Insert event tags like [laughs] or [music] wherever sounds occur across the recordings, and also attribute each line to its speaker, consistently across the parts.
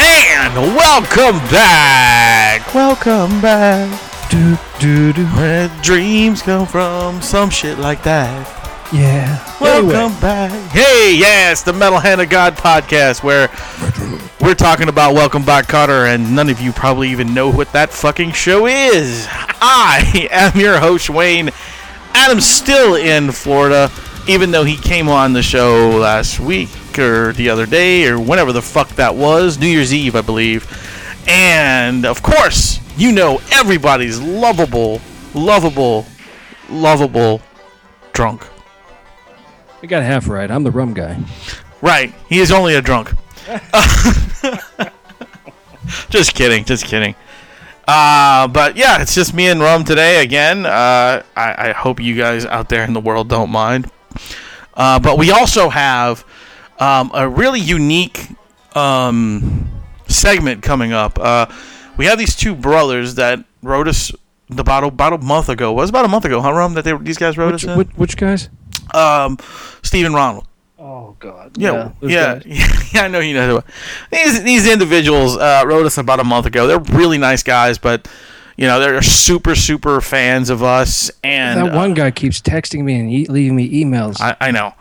Speaker 1: And welcome back. Welcome back. Do, do, do. Where dreams come from. Some shit like that.
Speaker 2: Yeah.
Speaker 1: Welcome
Speaker 2: Anyway,
Speaker 1: back. Hey, yes, the Metal Hand of God podcast where we're talking about Welcome Back Cotter, and none of you probably even know what that fucking show is. I am your host, Wayne. Adam's still in Florida, even though he came on the show last week or the other day or whenever the fuck that was. New Year's Eve, I believe. And of course, you know everybody's lovable, lovable, lovable drunk.
Speaker 2: we got half right. I'm the rum guy.
Speaker 1: Right. He is only a
Speaker 2: [laughs]
Speaker 1: drunk. just kidding. Just kidding. Uh, but yeah, it's just me and Rum today again. Uh, I, I hope you guys out there in the world don't mind. Uh, but we also have um, a really unique um, segment coming up. Uh, we have these two brothers that wrote us the bottle about a month ago. was about a month ago, huh, Rum? That they these guys wrote
Speaker 2: Which,
Speaker 1: us. in?
Speaker 2: which, which guys?
Speaker 1: um, Steve and Ronald.
Speaker 2: Oh God.
Speaker 1: Yeah,
Speaker 2: those
Speaker 1: yeah,
Speaker 2: guys.
Speaker 1: yeah, [laughs] I know you know. These these individuals uh, wrote us about a month ago. They're really nice guys, but you know they're super super fans of us. And
Speaker 2: That
Speaker 1: uh,
Speaker 2: one guy keeps texting me and e- leaving me emails.
Speaker 1: I, I know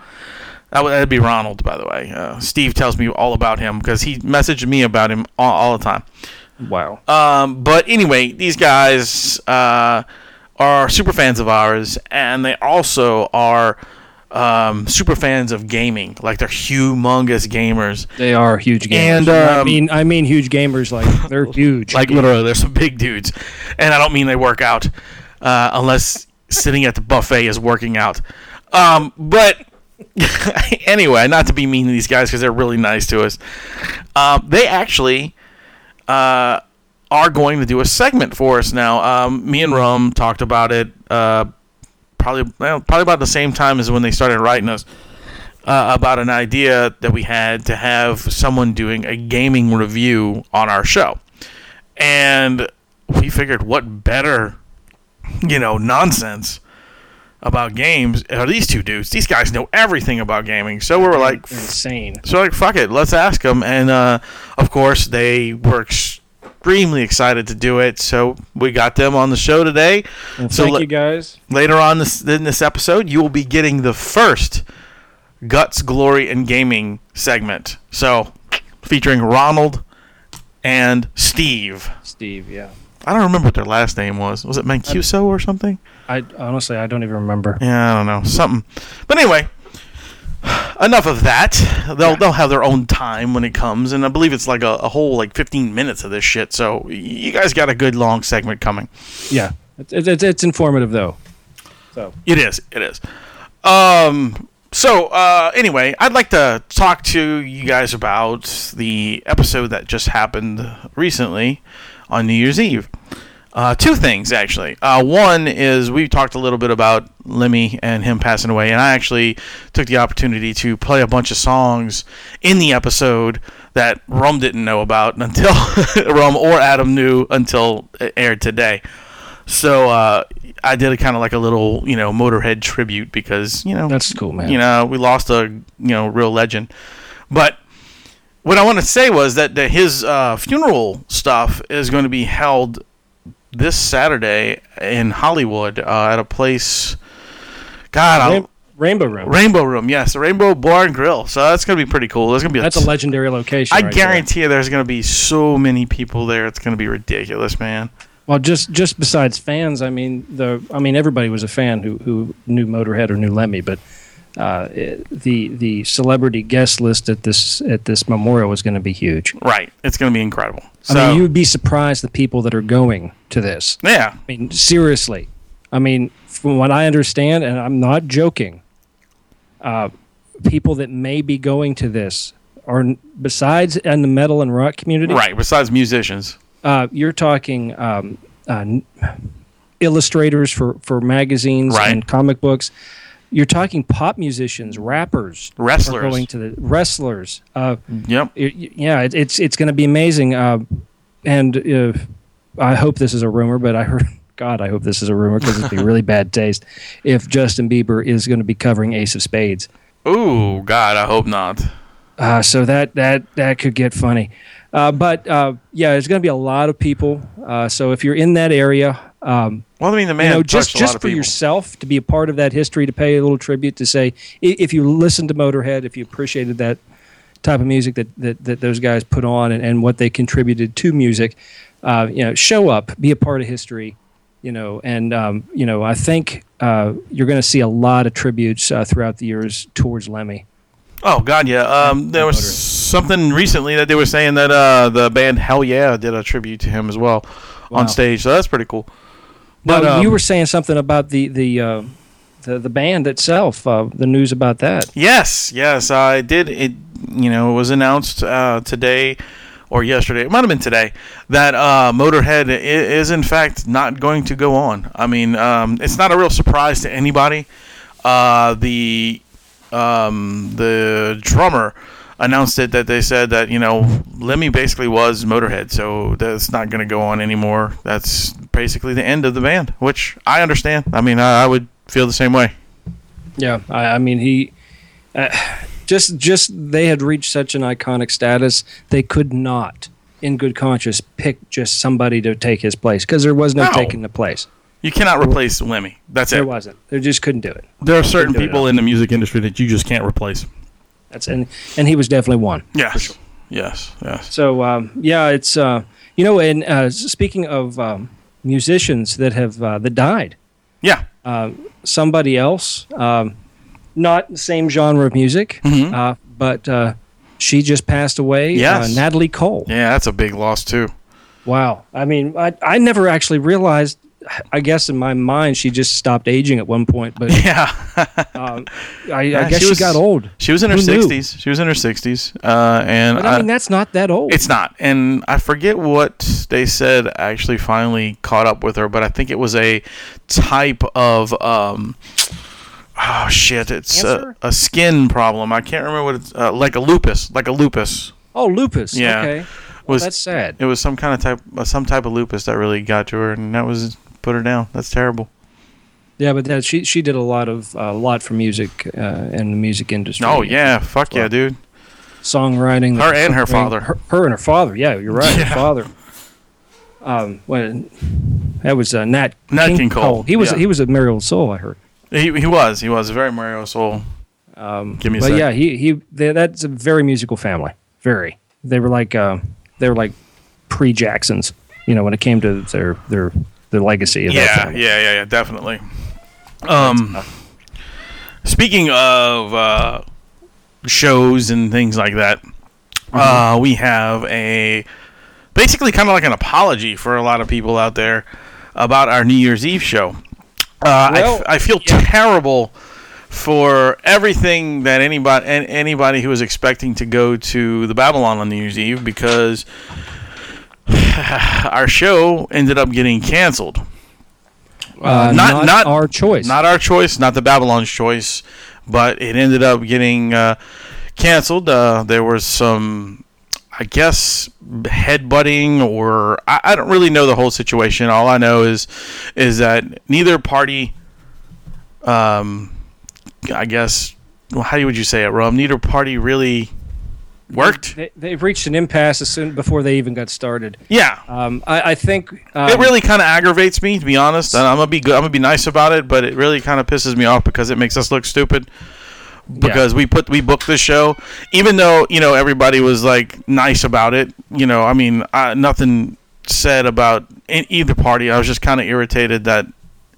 Speaker 1: that would that'd be Ronald, by the way. Uh, Steve tells me all about him because he messaged me about him all, all the time.
Speaker 2: wow.
Speaker 1: Um, but anyway, these guys uh, are super fans of ours, and they also are um, super fans of gaming. Like they're humongous gamers.
Speaker 2: They are huge gamers.
Speaker 1: And,
Speaker 2: I
Speaker 1: um,
Speaker 2: mean, I mean, huge gamers.
Speaker 1: [laughs]
Speaker 2: Like they're huge.
Speaker 1: Like literally, there's some big dudes, and I don't mean they work out, uh, unless sitting at the buffet is working out. Um, but [laughs] anyway, not to be mean to these guys because they're really nice to us. Um, they actually uh, are going to do a segment for us now. Um, me and Rum talked about it uh, probably well, probably about the same time as when they started writing us. Uh, about an idea that we had to have someone doing a gaming review on our show and we figured what better you know nonsense about games are these two dudes these guys know everything about gaming so we were like
Speaker 2: They're insane.
Speaker 1: so like fuck it let's ask them and uh, of course they were extremely excited to do it so we got them on the show today so
Speaker 2: Thank
Speaker 1: le-
Speaker 2: you guys.
Speaker 1: later on this in this episode you will be getting the first guts glory and gaming segment so featuring ronald and steve
Speaker 2: Steve. Yeah.
Speaker 1: I don't remember what their last name was. Was it Mancuso or something?
Speaker 2: I honestly, I don't even remember.
Speaker 1: Yeah, I don't know, something. But anyway, enough of that. They'll they'll have their own time when it comes, and I believe it's like a, a whole like 15 minutes of this shit. So y- you guys got a good long segment coming.
Speaker 2: Yeah. It's it's, it's informative though. So
Speaker 1: It is. It is. Um. So uh, anyway, I'd like to talk to you guys about the episode that just happened recently on New Year's Eve. Uh, two things actually. Uh, one is we talked a little bit about Lemmy and him passing away, and I actually took the opportunity to play a bunch of songs in the episode that Rum didn't know about [laughs] until Rum or Adam knew until it aired today. So uh, I did a kind of like a little, you know, Motorhead tribute because you know
Speaker 2: that's cool, man.
Speaker 1: you know we lost a you know real legend. But what I want to say was that, that his uh, funeral stuff is going to be held this Saturday in Hollywood uh, at a place. God, I
Speaker 2: Ram-
Speaker 1: don't-
Speaker 2: Rainbow Room.
Speaker 1: Rainbow Room, yes, the Rainbow Bar and Grill. So that's going to be pretty cool. There's going to be
Speaker 2: that's
Speaker 1: a
Speaker 2: a legendary location.
Speaker 1: I
Speaker 2: right there.
Speaker 1: guarantee you there's going to be so many people there. It's going to be ridiculous, man.
Speaker 2: Well, just just besides fans, I mean the I mean everybody was a fan who who knew Motorhead or knew Lemmy, but uh, it- the the celebrity guest list at this at this memorial was going to be huge.
Speaker 1: Right, it's going to be incredible. So
Speaker 2: I mean, you'd be surprised the people that are going to this.
Speaker 1: yeah,
Speaker 2: I mean, seriously. I mean, from what I understand, and I'm not joking, uh, people that may be going to this are besides in the metal and rock community.
Speaker 1: Right, besides musicians.
Speaker 2: uh, you're talking um, uh, n- illustrators for, for magazines
Speaker 1: Right.
Speaker 2: and comic books. You're talking pop musicians, rappers, are
Speaker 1: Wrestlers.
Speaker 2: going to the wrestlers. Uh,
Speaker 1: Yep.
Speaker 2: y- y- yeah, it, it's it's going to be amazing. Uh, and uh, I hope this is a rumor, but I heard. [laughs] God, I hope this is a rumor because it'd be really bad taste if Justin Bieber is going to be covering Ace of Spades.
Speaker 1: Ooh, God, I hope not.
Speaker 2: Uh, so that that that could get funny. Uh, but uh, yeah, there's going to be a lot of people. Uh, so if you're in that area, um,
Speaker 1: Well, I mean, the man
Speaker 2: you know,
Speaker 1: touched
Speaker 2: just
Speaker 1: a lot
Speaker 2: just
Speaker 1: of
Speaker 2: for
Speaker 1: people.
Speaker 2: yourself to be a part of that history, to pay a little tribute, to say i- if you listened to Motorhead, if you appreciated that type of music that that, that those guys put on and, and what they contributed to music, uh, you know, show up, be a part of history, you know, and um, you know, I think uh, you're going to see a lot of tributes uh, throughout the years towards Lemmy.
Speaker 1: Oh God, yeah. Um, there was
Speaker 2: Motorhead.
Speaker 1: something recently that they were saying that uh, the band Hell Yeah did a tribute to him as well
Speaker 2: Wow.
Speaker 1: on stage. So that's pretty cool.
Speaker 2: But uh,
Speaker 1: But um,
Speaker 2: you were saying something about the the uh, the, the band itself, uh, the news about that.
Speaker 1: Yes, yes, I did. It, you know, it was announced uh, today or yesterday. It might have been today that uh, Motorhead i- is in fact not going to go on. I mean, um, it's not a real surprise to anybody. Uh, the um, the drummer announced it that they said that you know Lemmy basically was Motorhead, so that's not going to go on anymore. That's basically the end of the band, which I understand. I mean, I, I would feel the same way.
Speaker 2: Yeah, I, I mean he uh, just just they had reached such an iconic status they could not, in good conscience, pick just somebody to take his place because there was no,
Speaker 1: No.
Speaker 2: taking the place.
Speaker 1: You cannot replace Lemmy. That's
Speaker 2: There
Speaker 1: it.
Speaker 2: wasn't. They just couldn't do it.
Speaker 1: There are certain
Speaker 2: Couldn't do it
Speaker 1: people in the music industry that you just can't replace.
Speaker 2: That's and and he was definitely one.
Speaker 1: Yes. Yes. Yes.
Speaker 2: So um, yeah, it's uh, you know, and uh, speaking of um, musicians that have uh, that died.
Speaker 1: Yeah.
Speaker 2: somebody else, um, not the same genre of music,
Speaker 1: Mm-hmm.
Speaker 2: uh, but uh, she just passed away.
Speaker 1: Yes.
Speaker 2: Uh, Natalie Cole.
Speaker 1: Yeah, that's a big loss too.
Speaker 2: Wow. I mean, I, I never actually realized. I guess in my mind, she just stopped aging at one point,
Speaker 1: [laughs] [laughs]
Speaker 2: but
Speaker 1: Yeah.
Speaker 2: um, I,
Speaker 1: Yeah,
Speaker 2: I
Speaker 1: she
Speaker 2: guess she,
Speaker 1: was-
Speaker 2: got old.
Speaker 1: She was in her
Speaker 2: Who knew?
Speaker 1: 60s. She was in her 60s. Uh, and
Speaker 2: But I
Speaker 1: I-
Speaker 2: mean, that's not that old.
Speaker 1: it's not. And I forget what they said actually finally caught up with her, but I think it was a type of um oh shit, it's a,
Speaker 2: Cancer?
Speaker 1: a skin problem. I can't remember what it's uh, like a lupus, like a lupus.
Speaker 2: oh, lupus.
Speaker 1: Yeah.
Speaker 2: Okay.
Speaker 1: Was
Speaker 2: That's sad.
Speaker 1: it was some kind of type uh, some type of lupus that really got to her and that was put her down that's terrible
Speaker 2: Yeah, but that, she she did a lot of a lot for music uh, and the music industry.
Speaker 1: oh yeah fuck
Speaker 2: Well,
Speaker 1: yeah dude
Speaker 2: songwriting.
Speaker 1: Her and her father.
Speaker 2: Her, her and her father. Yeah, you're right.
Speaker 1: Yeah.
Speaker 2: Her father. Um, when that was uh, Nat,
Speaker 1: Nat King Cole,
Speaker 2: He was
Speaker 1: yeah.
Speaker 2: he was a Mariel Soul. I heard.
Speaker 1: he, he was he was very mario soul
Speaker 2: Um,
Speaker 1: Give me a
Speaker 2: but
Speaker 1: sec.
Speaker 2: yeah, he he. They, that's a very musical family. Very. They were like uh, they were like pre Jacksons. You know, when it came to their their the legacy of that
Speaker 1: yeah yeah
Speaker 2: family.
Speaker 1: yeah yeah definitely um speaking of uh shows and things like that
Speaker 2: Mm-hmm.
Speaker 1: uh we have a basically kind of like an apology for a lot of people out there about our new year's eve show Uh, I, f-
Speaker 2: Well,
Speaker 1: I feel terrible for everything that anybody and anybody who was expecting to go to the Babylon on New Year's Eve because [sighs] our show ended up getting canceled.
Speaker 2: Uh,
Speaker 1: Not-
Speaker 2: not,
Speaker 1: not-
Speaker 2: our choice.
Speaker 1: Not our choice, not the Babylon's choice, but it ended up getting uh, canceled. Uh, there was some, I guess, headbutting, or I, I don't really know the whole situation. All I know is is that neither party, um, I guess, well, how would you say it, Rob? Neither party really worked.
Speaker 2: They, they reached an impasse as soon before they even got started.
Speaker 1: Yeah,
Speaker 2: Um, I, I think um,
Speaker 1: it really kind of aggravates me to be honest and i'm gonna be good i'm gonna be nice about it but it really kind of pisses me off because it makes us look stupid because we put we booked the show even though you know everybody was like nice about it you know i mean I, nothing said about in either party i was just kind of irritated that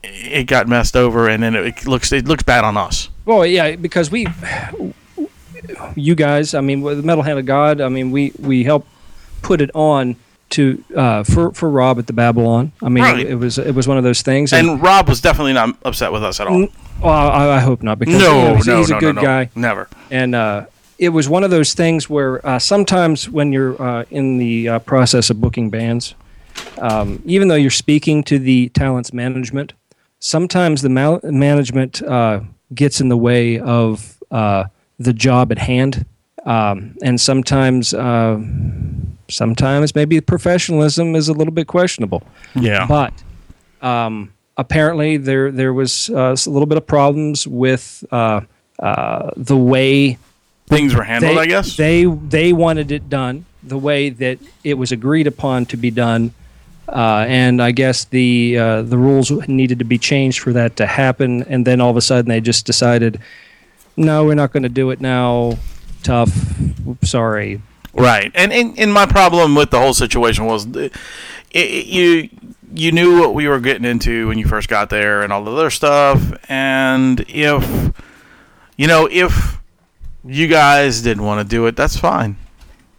Speaker 1: it got messed over and then it looks it looks bad on us
Speaker 2: Well, yeah, because we, you guys, I mean, with the Metal Hand of God, I mean, we we helped put it on to uh, for for Rob at the Babylon. I mean,
Speaker 1: Right.
Speaker 2: it, was it was one of those things.
Speaker 1: and rob was definitely not upset with us at all
Speaker 2: N- well, I, I hope not because you know,
Speaker 1: no
Speaker 2: he's,
Speaker 1: no
Speaker 2: he's a
Speaker 1: no,
Speaker 2: good
Speaker 1: no, no.
Speaker 2: guy,
Speaker 1: never
Speaker 2: and uh, it was one of those things where uh, sometimes when you're uh, in the uh, process of booking bands, um, even though you're speaking to the talents management, sometimes the mal- management uh, gets in the way of uh, the job at hand, um, and sometimes uh, sometimes maybe professionalism is a little bit questionable.
Speaker 1: yeah
Speaker 2: But um, apparently, there there was uh, a little bit of problems with uh, uh, the way
Speaker 1: things were handled,
Speaker 2: they,
Speaker 1: I guess.
Speaker 2: they they wanted it done the way that it was agreed upon to be done, uh, and I guess the uh, the rules needed to be changed for that to happen. And then all of a sudden, they just decided, no, we're not going to do it now. Tough. Sorry.
Speaker 1: Right, and, and and my problem with the whole situation was, th- it, it- you you knew what we were getting into when you first got there and all the other stuff, and if you know if you guys didn't want to do it, that's fine.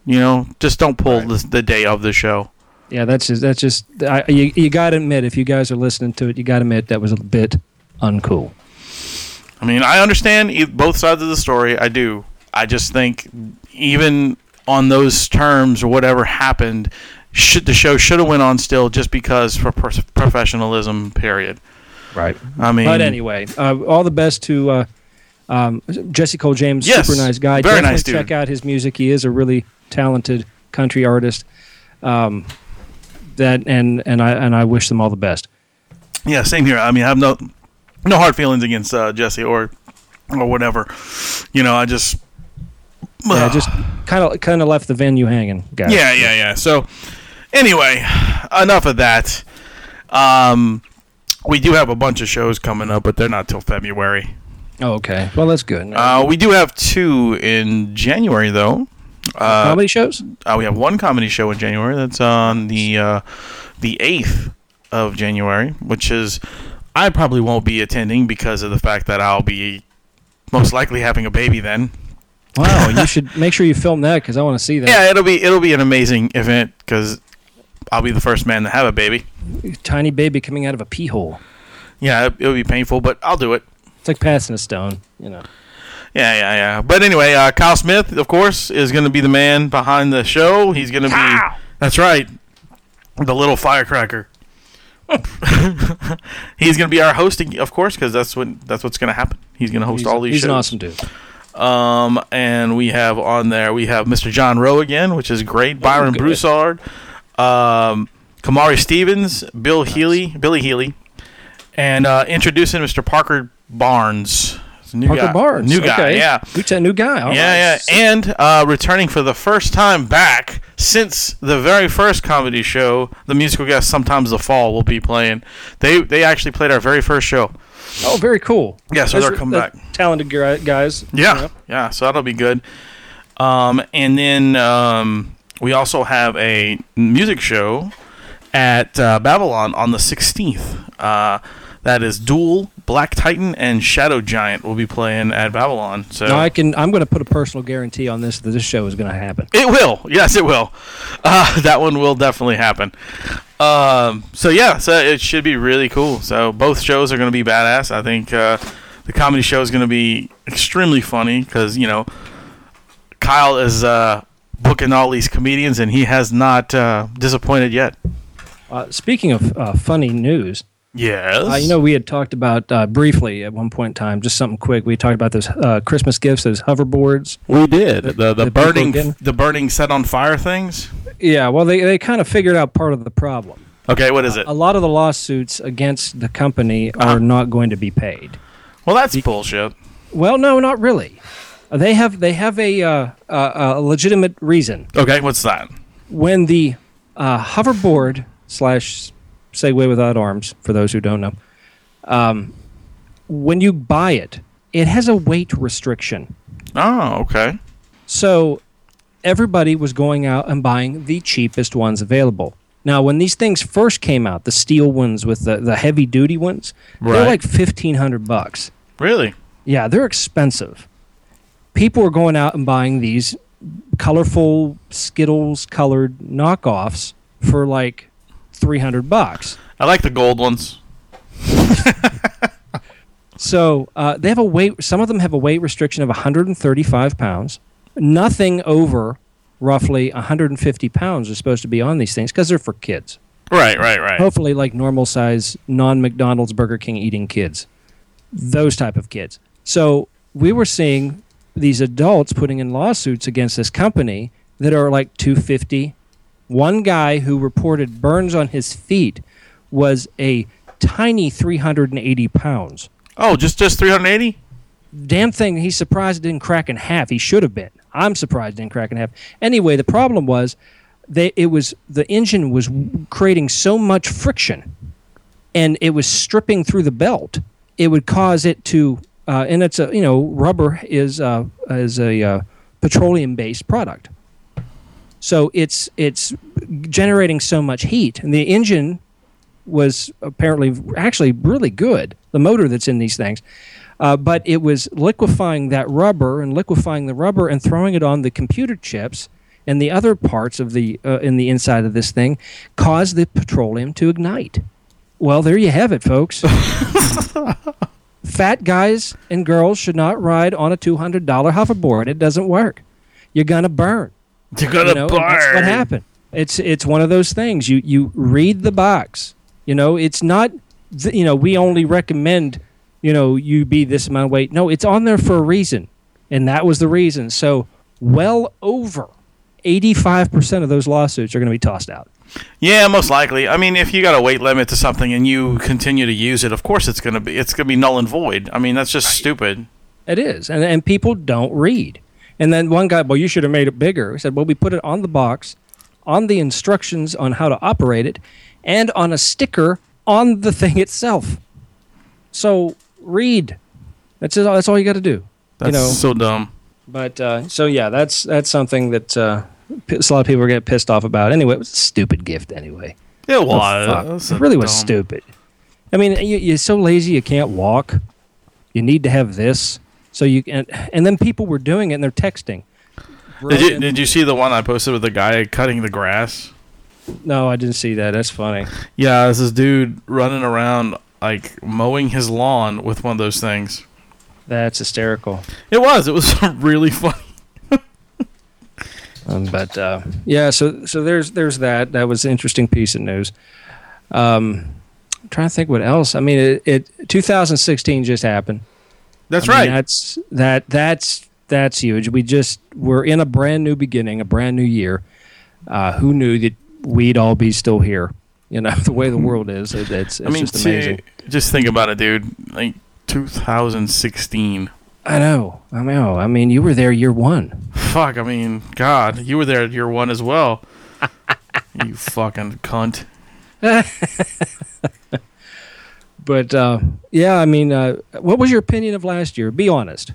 Speaker 1: You know, just don't pull
Speaker 2: Right.
Speaker 1: the, the day of the show.
Speaker 2: Yeah, that's just that's just I, you. You got to admit, if you guys are listening to it, you got to admit that was a bit uncool.
Speaker 1: I mean, I understand e- both sides of the story. I do. I just think even on those terms or whatever happened, should the show should have went on still just because for pers- professionalism. Period.
Speaker 2: Right.
Speaker 1: I mean,
Speaker 2: But anyway, uh, all the best to uh, um, Jesse Cole James.
Speaker 1: Yes,
Speaker 2: super nice guy.
Speaker 1: very
Speaker 2: Definitely
Speaker 1: nice dude.
Speaker 2: check out his music. He is a really talented country artist. Um, that and and I and I wish them all
Speaker 1: [sighs]
Speaker 2: the best.
Speaker 1: Yeah, same here. I mean, I have no no hard feelings against uh, Jesse or or whatever. You know, I just
Speaker 2: Yeah, just kind of kind of left the venue hanging, guys.
Speaker 1: yeah, yeah, yeah. So anyway, enough of that. Um, we do have a bunch of shows coming up, but they're not till February.
Speaker 2: Oh, okay. Well, that's good.
Speaker 1: Uh, we do have two in January, though. Uh,
Speaker 2: Comedy shows.
Speaker 1: uh, we have one comedy show in January. That's on the uh, the eighth of January, which is I probably won't be attending because of the fact that I'll be most likely having a baby then.
Speaker 2: Wow, you should make sure you film that because I want to see
Speaker 1: [laughs]
Speaker 2: that.
Speaker 1: Yeah, it'll be it'll be an amazing event because I'll be the first man to have a baby.
Speaker 2: Tiny baby coming out of a pee hole.
Speaker 1: Yeah, it, it'll be painful, but I'll do it.
Speaker 2: It's like passing a stone, you know.
Speaker 1: Yeah, yeah, yeah. But anyway, uh, Kyle Smith, of course, is going to be the man behind the show. He's going to be. That's right. The little firecracker. [laughs] he's going to be our hosting, of course, because that's what that's what's going to happen. He's going to host
Speaker 2: He's,
Speaker 1: all these
Speaker 2: he's
Speaker 1: shows.
Speaker 2: an awesome dude.
Speaker 1: Um, and we have on there we have Mr. John Rowe again, which is great. Byron
Speaker 2: good.
Speaker 1: Broussard, um, Kamari Stevens, Bill Healy, Billy Healy, and uh, introducing Mr. Parker Barnes. It's a new
Speaker 2: Parker
Speaker 1: guy.
Speaker 2: Barnes,
Speaker 1: new guy,
Speaker 2: okay.
Speaker 1: yeah.
Speaker 2: New, ta- new guy. all right.
Speaker 1: Yeah, yeah, and uh, returning for the first time back since the very first comedy show, the musical guest sometimes the fall will be playing. They they actually played our very first show.
Speaker 2: Oh, very cool.
Speaker 1: Yeah, so
Speaker 2: Those
Speaker 1: they're
Speaker 2: are-
Speaker 1: coming
Speaker 2: they're Talented gu- guys.
Speaker 1: Yeah, yeah. So that'll be good. Um, and then um, we also have a music show at uh, Babylon on the 16th. Uh, that is Duel, Black Titan, and Shadow Giant will be playing at Babylon. So
Speaker 2: Now I can. I'm going to put a personal guarantee on this that this show is going to happen.
Speaker 1: it will. Yes, it will. [laughs] Uh, that one will definitely happen. Um, so yeah, so it should be really cool. So both shows are going to be badass. I think uh, the comedy show is going to be extremely funny because you know Kyle is uh, booking all these comedians and he has not uh, disappointed yet.
Speaker 2: Uh, speaking of uh, funny news,
Speaker 1: Yes.
Speaker 2: uh, you know we had talked about uh, briefly at one point in time, just something quick. We talked about those uh, Christmas gifts, those hoverboards.
Speaker 1: we did the the,
Speaker 2: the people
Speaker 1: burning
Speaker 2: again?
Speaker 1: the burning set on fire things.
Speaker 2: Yeah, well, they they kind of figured out part of the problem.
Speaker 1: Okay, what is it?
Speaker 2: A lot of the lawsuits against the company
Speaker 1: Uh-huh.
Speaker 2: are not going to be paid.
Speaker 1: Well, that's bullshit.
Speaker 2: Well, no, not really. Uh, They have they have a uh, uh, a legitimate reason.
Speaker 1: Okay, what's that?
Speaker 2: when the uh, hoverboard slash Segway without arms, for those who don't know, um, when you buy it, it has a weight restriction.
Speaker 1: Oh, okay.
Speaker 2: So everybody was going out and buying the cheapest ones available. Now, when these things first came out, the steel ones with the, the heavy duty ones,
Speaker 1: Right.
Speaker 2: they're like fifteen hundred bucks.
Speaker 1: Really?
Speaker 2: Yeah, they're expensive. People are going out and buying these colorful Skittles colored knockoffs for like 300 bucks.
Speaker 1: I like the gold ones.
Speaker 2: So uh, they have a weight, some of them have a weight restriction of 135 pounds. Nothing over roughly 150 pounds is supposed to be on these things because they're for kids.
Speaker 1: Right, right, right.
Speaker 2: hopefully like normal size non McDonald's Burger King eating kids, those type of kids. So we were seeing these adults putting in lawsuits against this company that are like 250. One guy who reported burns on his feet was a tiny 380 pounds.
Speaker 1: Oh, just just 380?
Speaker 2: damn thing, he's surprised it didn't crack in half. He should have been. I'm surprised it didn't crack in half. Anyway, the problem was they it was the engine was creating so much friction, and it was stripping through the belt. It would cause it to, uh, and it's a you know rubber is uh, is a uh, petroleum based product. So it's it's generating so much heat, and the engine was apparently actually really good. The motor that's in these things, uh, but it was liquefying that rubber and liquefying the rubber and throwing it on the computer chips and the other parts of the uh, in the inside of this thing, caused the petroleum to ignite. Well, there you have it, folks. Fat guys and girls should not ride on a two hundred dollar hoverboard. It doesn't work. You're gonna burn.
Speaker 1: You're gonna
Speaker 2: You know, and That's what happened. It's it's one of those things. You you read the box. You know, it's not. th- You know, we only recommend. You know, you be this amount of weight. No, it's on there for a reason, and that was the reason. So, well over eighty-five percent of those lawsuits are going to be tossed out.
Speaker 1: Yeah, most likely. I mean, if you got a weight limit to something and you continue to use it, of course it's gonna be it's gonna be null and void. I mean, that's just stupid.
Speaker 2: It is, and and people don't read. And then one guy, well, you should have made it bigger. He said, well, we put it on the box, on the instructions on how to operate it, and on a sticker on the thing itself. So read. That's it, that's all you got to do.
Speaker 1: That's
Speaker 2: you know.
Speaker 1: so dumb.
Speaker 2: but uh, so yeah, that's that's something that uh, p- a lot of people get pissed off about. Anyway, it was a stupid gift. Anyway.
Speaker 1: It
Speaker 2: Oh,
Speaker 1: was.
Speaker 2: fuck. It really was stupid. I mean, you, you're so lazy you can't walk. You need to have this, so you can. And then people were doing it and they're texting.
Speaker 1: Did you, did you see the one I posted with the guy cutting the grass?
Speaker 2: no, I didn't see that. That's funny.
Speaker 1: Yeah, it's this dude running around like mowing his lawn with one of those things.
Speaker 2: That's hysterical.
Speaker 1: It was. It was [laughs] really funny.
Speaker 2: Um, but uh, yeah, so so there's there's that. That was an interesting piece of news. Um, I'm trying to think what else. I mean, it, it 2016 just happened.
Speaker 1: That's
Speaker 2: I mean,
Speaker 1: right.
Speaker 2: That's that that's that's huge. We just we're in a brand new beginning, a brand new year. Uh, who knew that we'd all be still here? You know [laughs] the way the world is. It, it's it's
Speaker 1: Mm-hmm. I mean,
Speaker 2: just
Speaker 1: see,
Speaker 2: amazing.
Speaker 1: just think about it, dude. Like 2016.
Speaker 2: I know. I know. I mean, you were there year one.
Speaker 1: Fuck. I mean, God, you were there at year one as [laughs] well. you fucking cunt.
Speaker 2: But uh, yeah, I mean, uh, what was your opinion of last year? Be honest.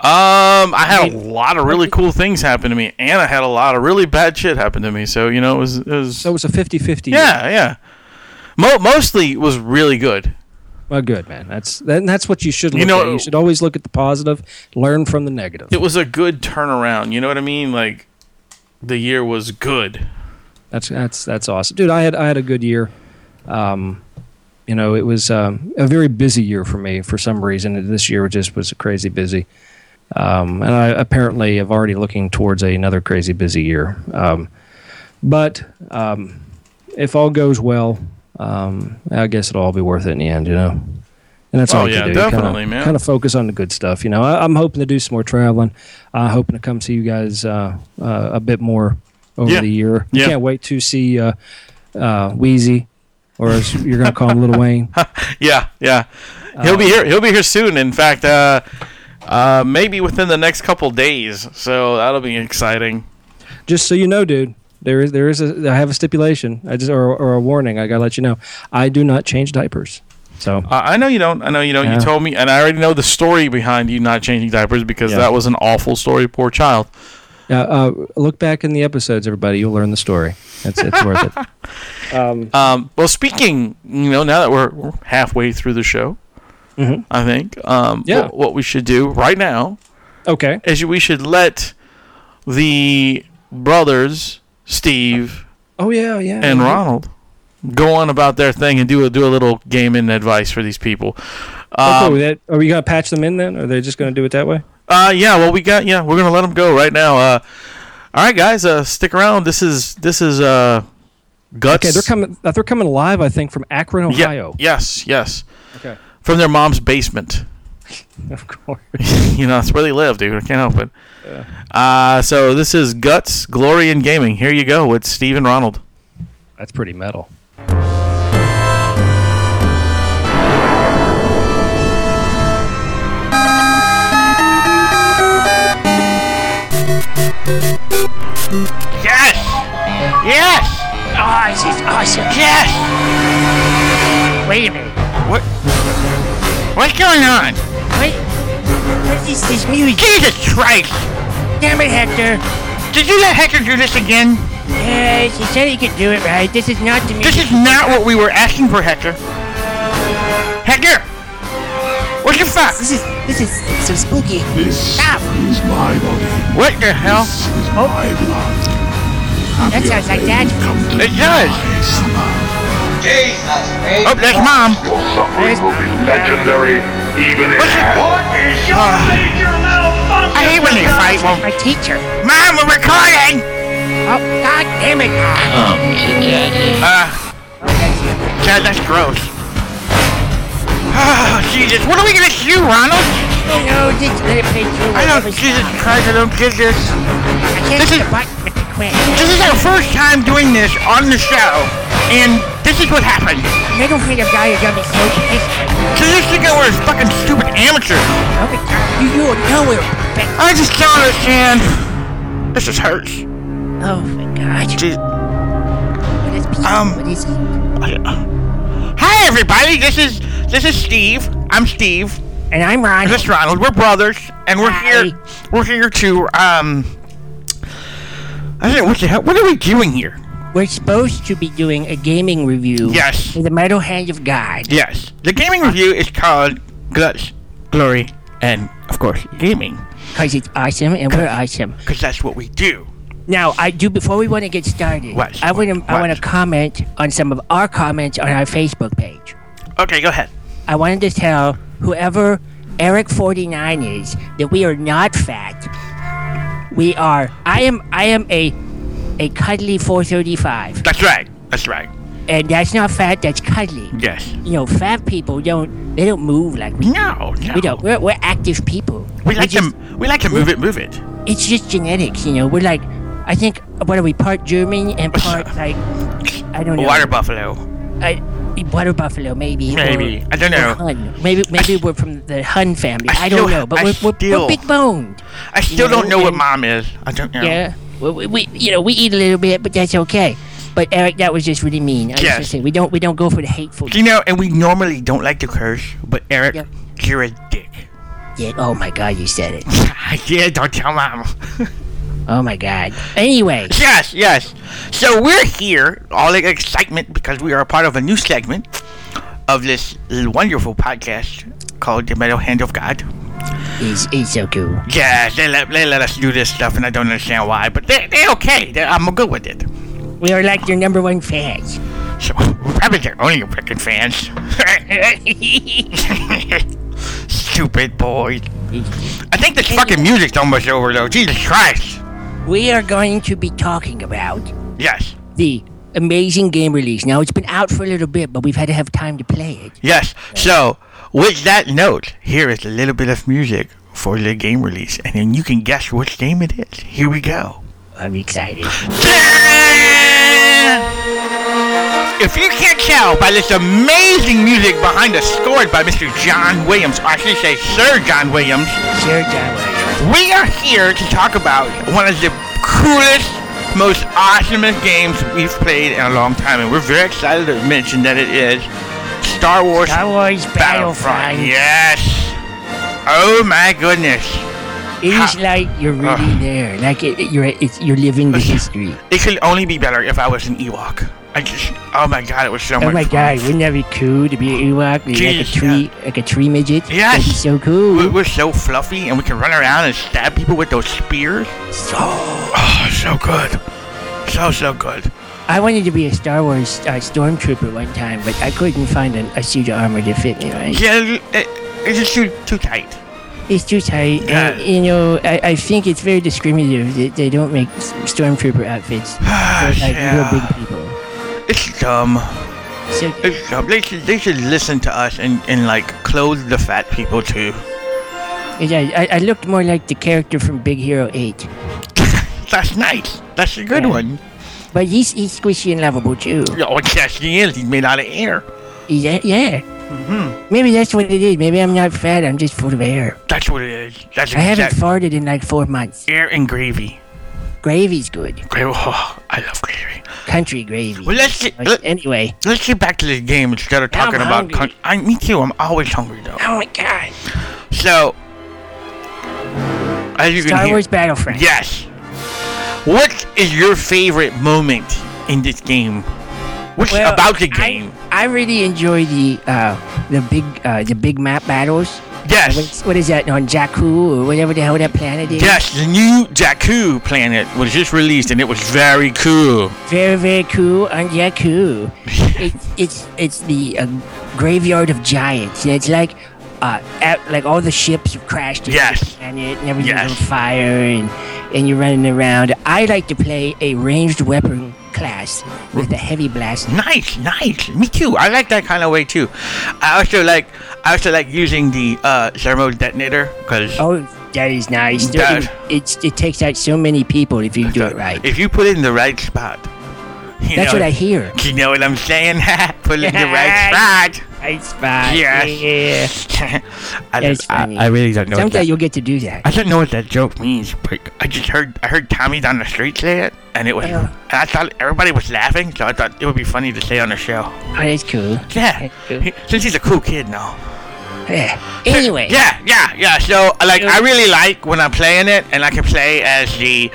Speaker 1: Um, I had a lot of really cool things happen to me, and I had a lot of really bad shit happen to me. So you know, it was, it was
Speaker 2: So it was a 50-50.
Speaker 1: yeah, yeah. Mo- mostly was really good.
Speaker 2: Well, good man. That's that, that's what you should
Speaker 1: You
Speaker 2: look
Speaker 1: know-
Speaker 2: at. You should always look at the positive, learn from the negative.
Speaker 1: It was a good turnaround. You know what I mean? Like the year was good.
Speaker 2: That's that's that's awesome, dude. I had I had a good year. Um, you know, it was um, a very busy year for me for some reason. This year just was crazy busy, um, and I apparently am already looking towards another crazy busy year. Um, but um, if all goes well, um, I guess it'll all be worth it in the end, you know. And that's
Speaker 1: Oh,
Speaker 2: all you
Speaker 1: yeah,
Speaker 2: can do.
Speaker 1: definitely, man.
Speaker 2: Kind of focus on the good stuff, you know. I, I'm hoping to do some more traveling. I'm hoping to come see you guys uh, uh, a bit more over
Speaker 1: Yeah.
Speaker 2: the year.
Speaker 1: Yeah.
Speaker 2: Can't wait to see uh, uh, Wheezy, or as you're gonna call him
Speaker 1: [laughs]
Speaker 2: Little Wayne.
Speaker 1: Yeah, yeah. He'll
Speaker 2: Um,
Speaker 1: be here. He'll be here soon. In fact, uh, uh, maybe within the next couple days. So that'll be exciting.
Speaker 2: Just so you know, dude, there is there is a I have a stipulation. I just or, or a warning. I gotta let you know. I do not change diapers. So
Speaker 1: Uh, I know you don't. I know you don't.
Speaker 2: Yeah.
Speaker 1: You told me, and I already know the story behind you not changing diapers because
Speaker 2: Yeah.
Speaker 1: that was an awful story. Poor child.
Speaker 2: uh, uh, look back in the episodes, everybody. You'll learn the story. It's it's worth it.
Speaker 1: [laughs]
Speaker 2: Um,
Speaker 1: Um, well, speaking, you know, now that we're, we're halfway through the show,
Speaker 2: Mhm.
Speaker 1: I think um,
Speaker 2: Yeah.
Speaker 1: what, what we should do right now
Speaker 2: okay.
Speaker 1: is we should let the brothers Steve
Speaker 2: Oh yeah, yeah.
Speaker 1: and
Speaker 2: yeah.
Speaker 1: Ronald go on about their thing and do a, do a little game and advice for these people.
Speaker 2: Oh,
Speaker 1: Um,
Speaker 2: cool. That- are we gonna patch them in then? Or are they just gonna do it that way?
Speaker 1: Uh, yeah. Well, we got. Yeah, we're gonna let them go right now. Uh, all right, guys. Uh, stick around. This is this is uh, guts.
Speaker 2: Okay, they're coming. uh, They're coming live, I think, from Akron,
Speaker 1: Yeah,
Speaker 2: Ohio.
Speaker 1: Yes. Yes.
Speaker 2: Okay, [laughs]
Speaker 1: From their mom's basement. [laughs]
Speaker 2: of course.
Speaker 1: you know, that's where they live, dude. I can't help it.
Speaker 2: Yeah.
Speaker 1: Uh, so this is guts, glory, and gaming. Here you go with Steve and Ronald.
Speaker 2: That's pretty metal.
Speaker 3: Yes! Yes! Oh, this is awesome. Yes!
Speaker 4: Wait a minute.
Speaker 3: What? What's going on?
Speaker 4: What? What is this music?
Speaker 3: Jesus Christ!
Speaker 4: Damn it, Hector.
Speaker 3: Did you let Hector do this again?
Speaker 4: Uh, she said he could do it right. This is not the music.
Speaker 3: This is not what we were asking for, Hector. Hector! What the fuck?
Speaker 4: This is this is so spooky.
Speaker 5: This
Speaker 4: Ow.
Speaker 5: is my body.
Speaker 3: What the hell?
Speaker 5: This is my blood.
Speaker 4: Oh. That sounds like
Speaker 5: Dad's
Speaker 4: that.
Speaker 5: Come to
Speaker 3: It
Speaker 5: die
Speaker 3: does.
Speaker 5: somehow.
Speaker 3: Oh, that's mom.
Speaker 6: Your suffering will be legendary, even in
Speaker 3: What's it-
Speaker 6: hell.
Speaker 3: I hate when they fight. Well,
Speaker 4: My teacher.
Speaker 3: mom, we're recording!
Speaker 4: Oh, god damn it.
Speaker 3: Uh, Dad, that's gross. Oh, Jesus. What are we gonna do, Ronald?
Speaker 4: Oh, no, just let it play through.
Speaker 3: I don't, Jesus Christ, I don't get
Speaker 4: I
Speaker 3: this.
Speaker 4: can't
Speaker 3: this
Speaker 4: hit
Speaker 3: is-
Speaker 4: the button with the quick.
Speaker 3: This is our first time doing this on the show, and this is what happened.
Speaker 4: Middle finger guy is gonna be so pissed.
Speaker 3: So this is where we're fucking stupid amateurs.
Speaker 4: Oh my god, you, you are nowhere. But,
Speaker 3: I just don't understand. This just hurts.
Speaker 4: oh my god.
Speaker 3: Jeez.
Speaker 4: What is people?
Speaker 3: Um,
Speaker 4: what is it?
Speaker 3: Hi, everybody. This is this is Steve. I'm Steve.
Speaker 4: And I'm Ron.
Speaker 3: This is Ronald. We're brothers, and we're
Speaker 4: Hi.
Speaker 3: here. We're here to um. I don't know what the hell. What are we doing here?
Speaker 4: We're supposed to be doing a gaming review.
Speaker 3: Yes.
Speaker 4: For the Metal Hand of God.
Speaker 3: Yes. The gaming review is called Guts, Glory, and of course gaming,
Speaker 4: Because it's awesome and we're awesome.
Speaker 3: because that's what we do.
Speaker 4: Now, I do, before we want to get started,
Speaker 3: What?
Speaker 4: I want to I want
Speaker 3: What?
Speaker 4: to comment on some of our comments on our Facebook page.
Speaker 3: Okay, go ahead.
Speaker 4: I wanted to tell whoever Eric49 is that we are not fat. We are. I am. I am a a cuddly 435,
Speaker 3: That's right. That's right.
Speaker 4: and that's not fat. That's cuddly.
Speaker 3: Yes.
Speaker 4: You know, fat people don't. They don't move like we.
Speaker 3: No. No.
Speaker 4: We don't. We're, we're active people.
Speaker 3: We like
Speaker 4: just,
Speaker 3: to. We like to move it. Move it.
Speaker 4: It's just genetics, you know. We're like, I think. What are we? Part German and part like. I don't know.
Speaker 3: Water buffalo.
Speaker 4: I, water buffalo, maybe. or-
Speaker 3: Maybe. I don't know.
Speaker 4: or Hun. Maybe maybe we're from the Hun family.
Speaker 3: I
Speaker 4: I, don't
Speaker 3: still-
Speaker 4: know, but
Speaker 3: I
Speaker 4: we're, we're,
Speaker 3: still-
Speaker 4: we're big boned.
Speaker 3: I still don't
Speaker 4: know,
Speaker 3: know what
Speaker 4: and-
Speaker 3: mom is. I don't know.
Speaker 4: Yeah. We, we, we you know we eat a little bit, but that's okay. But Eric, that was just really mean. I was
Speaker 3: Yes.
Speaker 4: just saying, we don't we don't go for the hateful
Speaker 3: You know, and we normally don't like to curse, but Eric,
Speaker 4: Yeah.
Speaker 3: you're a dick. [laughs]
Speaker 4: shit. Oh my god, you said it.
Speaker 3: yeah, don't tell mom.
Speaker 4: Oh my god. Anyway,
Speaker 3: yes, yes. So we're here, all in excitement, because we are a part of a new segment of this wonderful podcast called The Metal Hand of God.
Speaker 4: he's he's so cool.
Speaker 3: Yes, they let, they let us do this stuff, and I don't understand why, but they, they're okay. They're, I'm good with it.
Speaker 4: We are like your number one fans.
Speaker 3: So we're probably their only freaking fans. [laughs] Stupid boys. I think this fucking music's almost over though. Jesus Christ.
Speaker 4: We are going to be talking about
Speaker 3: Yes.
Speaker 4: the amazing game release. Now it's been out for a little bit, but we've had to have time to play it.
Speaker 3: Yes. So with that note, here is a little bit of music for the game release, and then you can guess which game it is. Here we go.
Speaker 4: I'm excited.
Speaker 3: If you can't tell by this amazing music behind us, scored by Mr. John Williams, or I should say Sir John Williams,
Speaker 4: Sure, John. Williams.
Speaker 3: We are here to talk about one of the coolest, most awesomest games we've played in a long time, and we're very excited to mention that it is Star Wars
Speaker 4: Star Wars Battlefront.
Speaker 3: Yes. Oh my goodness.
Speaker 4: It is like you're really
Speaker 3: Ugh.
Speaker 4: there. Like it, it- you're it's, you're living the history.
Speaker 3: It could only be better if I was an Ewok. I just, oh my god, it was so much
Speaker 4: Oh my
Speaker 3: fun.
Speaker 4: god, wouldn't that be cool to be an Ewok? Be like a
Speaker 3: Jesus,
Speaker 4: tree, like a tree midget. That'd be
Speaker 3: Yes.
Speaker 4: so cool.
Speaker 3: We- We're so fluffy, and we can run around and stab people with those spears.
Speaker 4: So-
Speaker 3: Oh, so good. So, so good.
Speaker 4: I wanted to be a Star Wars uh, stormtrooper one time, but I couldn't find an, a suit of armor to fit me. Right?
Speaker 3: Yeah, it, it's just too, too tight.
Speaker 4: It's too tight. and,
Speaker 3: Yeah.
Speaker 4: you know, I, I think it's very discriminative. They, they don't make s- stormtrooper outfits [gasps] [laughs] for like
Speaker 3: Ah, Yeah.
Speaker 4: real big people.
Speaker 3: It's dumb.
Speaker 4: So
Speaker 3: It's dumb. They should, they should listen to us and, and like clothe the fat people too.
Speaker 4: yeah, I, I looked more like the character from Big Hero Eight,
Speaker 3: That's nice. That's a good
Speaker 4: Yeah.
Speaker 3: one.
Speaker 4: but he's he's squishy and lovable too.
Speaker 3: Oh, yes, he is. He's made out of air.
Speaker 4: Yeah, yeah.
Speaker 3: Mm-hmm.
Speaker 4: Maybe that's what it is. Maybe I'm not fat. I'm just full of air.
Speaker 3: That's what it is. That's
Speaker 4: I haven't
Speaker 3: exact-
Speaker 4: farted in like four months.
Speaker 3: air and gravy.
Speaker 4: Gravy's good.
Speaker 3: Great. Oh, I love gravy.
Speaker 4: Country gravy.
Speaker 3: Well, let's get-
Speaker 4: Like,
Speaker 3: let-
Speaker 4: anyway.
Speaker 3: Let's get back to the game and start talking about.
Speaker 4: hungry.
Speaker 3: Con- I, me too. I'm always hungry though.
Speaker 4: Oh my god.
Speaker 3: So, as you can
Speaker 4: Star
Speaker 3: hear,
Speaker 4: Wars Battlefront.
Speaker 3: yes. What is your favorite moment in this game? What's
Speaker 4: Well,
Speaker 3: about the
Speaker 4: I-
Speaker 3: game?
Speaker 4: I, really enjoy the uh, the big uh, the big map battles.
Speaker 3: yes,
Speaker 4: What's, what is that on Jakku or whatever the hell that planet is?
Speaker 3: yes. The new Jakku planet was just released, and it was very cool.
Speaker 4: Very very cool on
Speaker 3: [laughs]
Speaker 4: Jakku. it, it's it's the uh, graveyard of giants. It's like uh, at, like all the ships have crashed into
Speaker 3: Yes.
Speaker 4: the planet and everything's
Speaker 3: Yes.
Speaker 4: on fire and and you're running around. I like to play a ranged weapon class with a heavy blast.
Speaker 3: Nice, nice. Me too. I like that kind of way too. I also like. I also like using the uh, thermal detonator because
Speaker 4: Oh, that is nice.
Speaker 3: That-
Speaker 4: It, it's, it takes out so many people if you do it right.
Speaker 3: if you put it in the right spot, you
Speaker 4: That's
Speaker 3: know,
Speaker 4: what I hear.
Speaker 3: You know what I'm saying? [laughs] put it in the
Speaker 4: [laughs]
Speaker 3: right spot.
Speaker 4: Right spot.
Speaker 3: Yes. [laughs] I,
Speaker 4: That's
Speaker 3: I-
Speaker 4: funny.
Speaker 3: I really don't know. What
Speaker 4: Someday
Speaker 3: that,
Speaker 4: you'll get to do that.
Speaker 3: I don't know what that joke means, but I just heard I heard Tommy down the street say it, and it was.
Speaker 4: Yeah.
Speaker 3: And I thought everybody was laughing, so I thought it would be funny to say on the show.
Speaker 4: Oh, that's cool.
Speaker 3: Yeah,
Speaker 4: Thank you.
Speaker 3: he- since he's a cool kid now.
Speaker 4: Yeah. Anyway.
Speaker 3: Yeah, yeah, yeah. So uh, like, I really like when I'm playing it, and I can play as the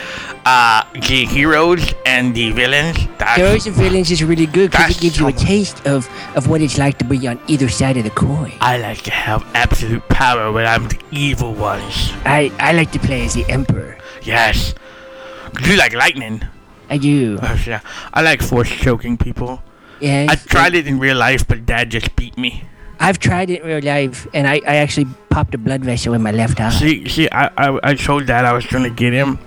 Speaker 3: uh the heroes and the villains. That's,
Speaker 4: Heroes and villains is really good because
Speaker 3: That's
Speaker 4: it gives you a
Speaker 3: someone-
Speaker 4: taste of, of what it's like to be on either side of the coin.
Speaker 3: I like to have absolute power when I'm the evil ones.
Speaker 4: I, I like to play as the Emperor.
Speaker 3: Yes. You like lightning. [laughs]
Speaker 4: I do.
Speaker 3: Oh, yeah. I like force choking people.
Speaker 4: Yes.
Speaker 3: I tried it in real life, but dad just beat me.
Speaker 4: I've tried it in real life, and I, I actually popped a blood vessel in my left eye.
Speaker 3: See, see, I, I, I told dad I was gonna get him,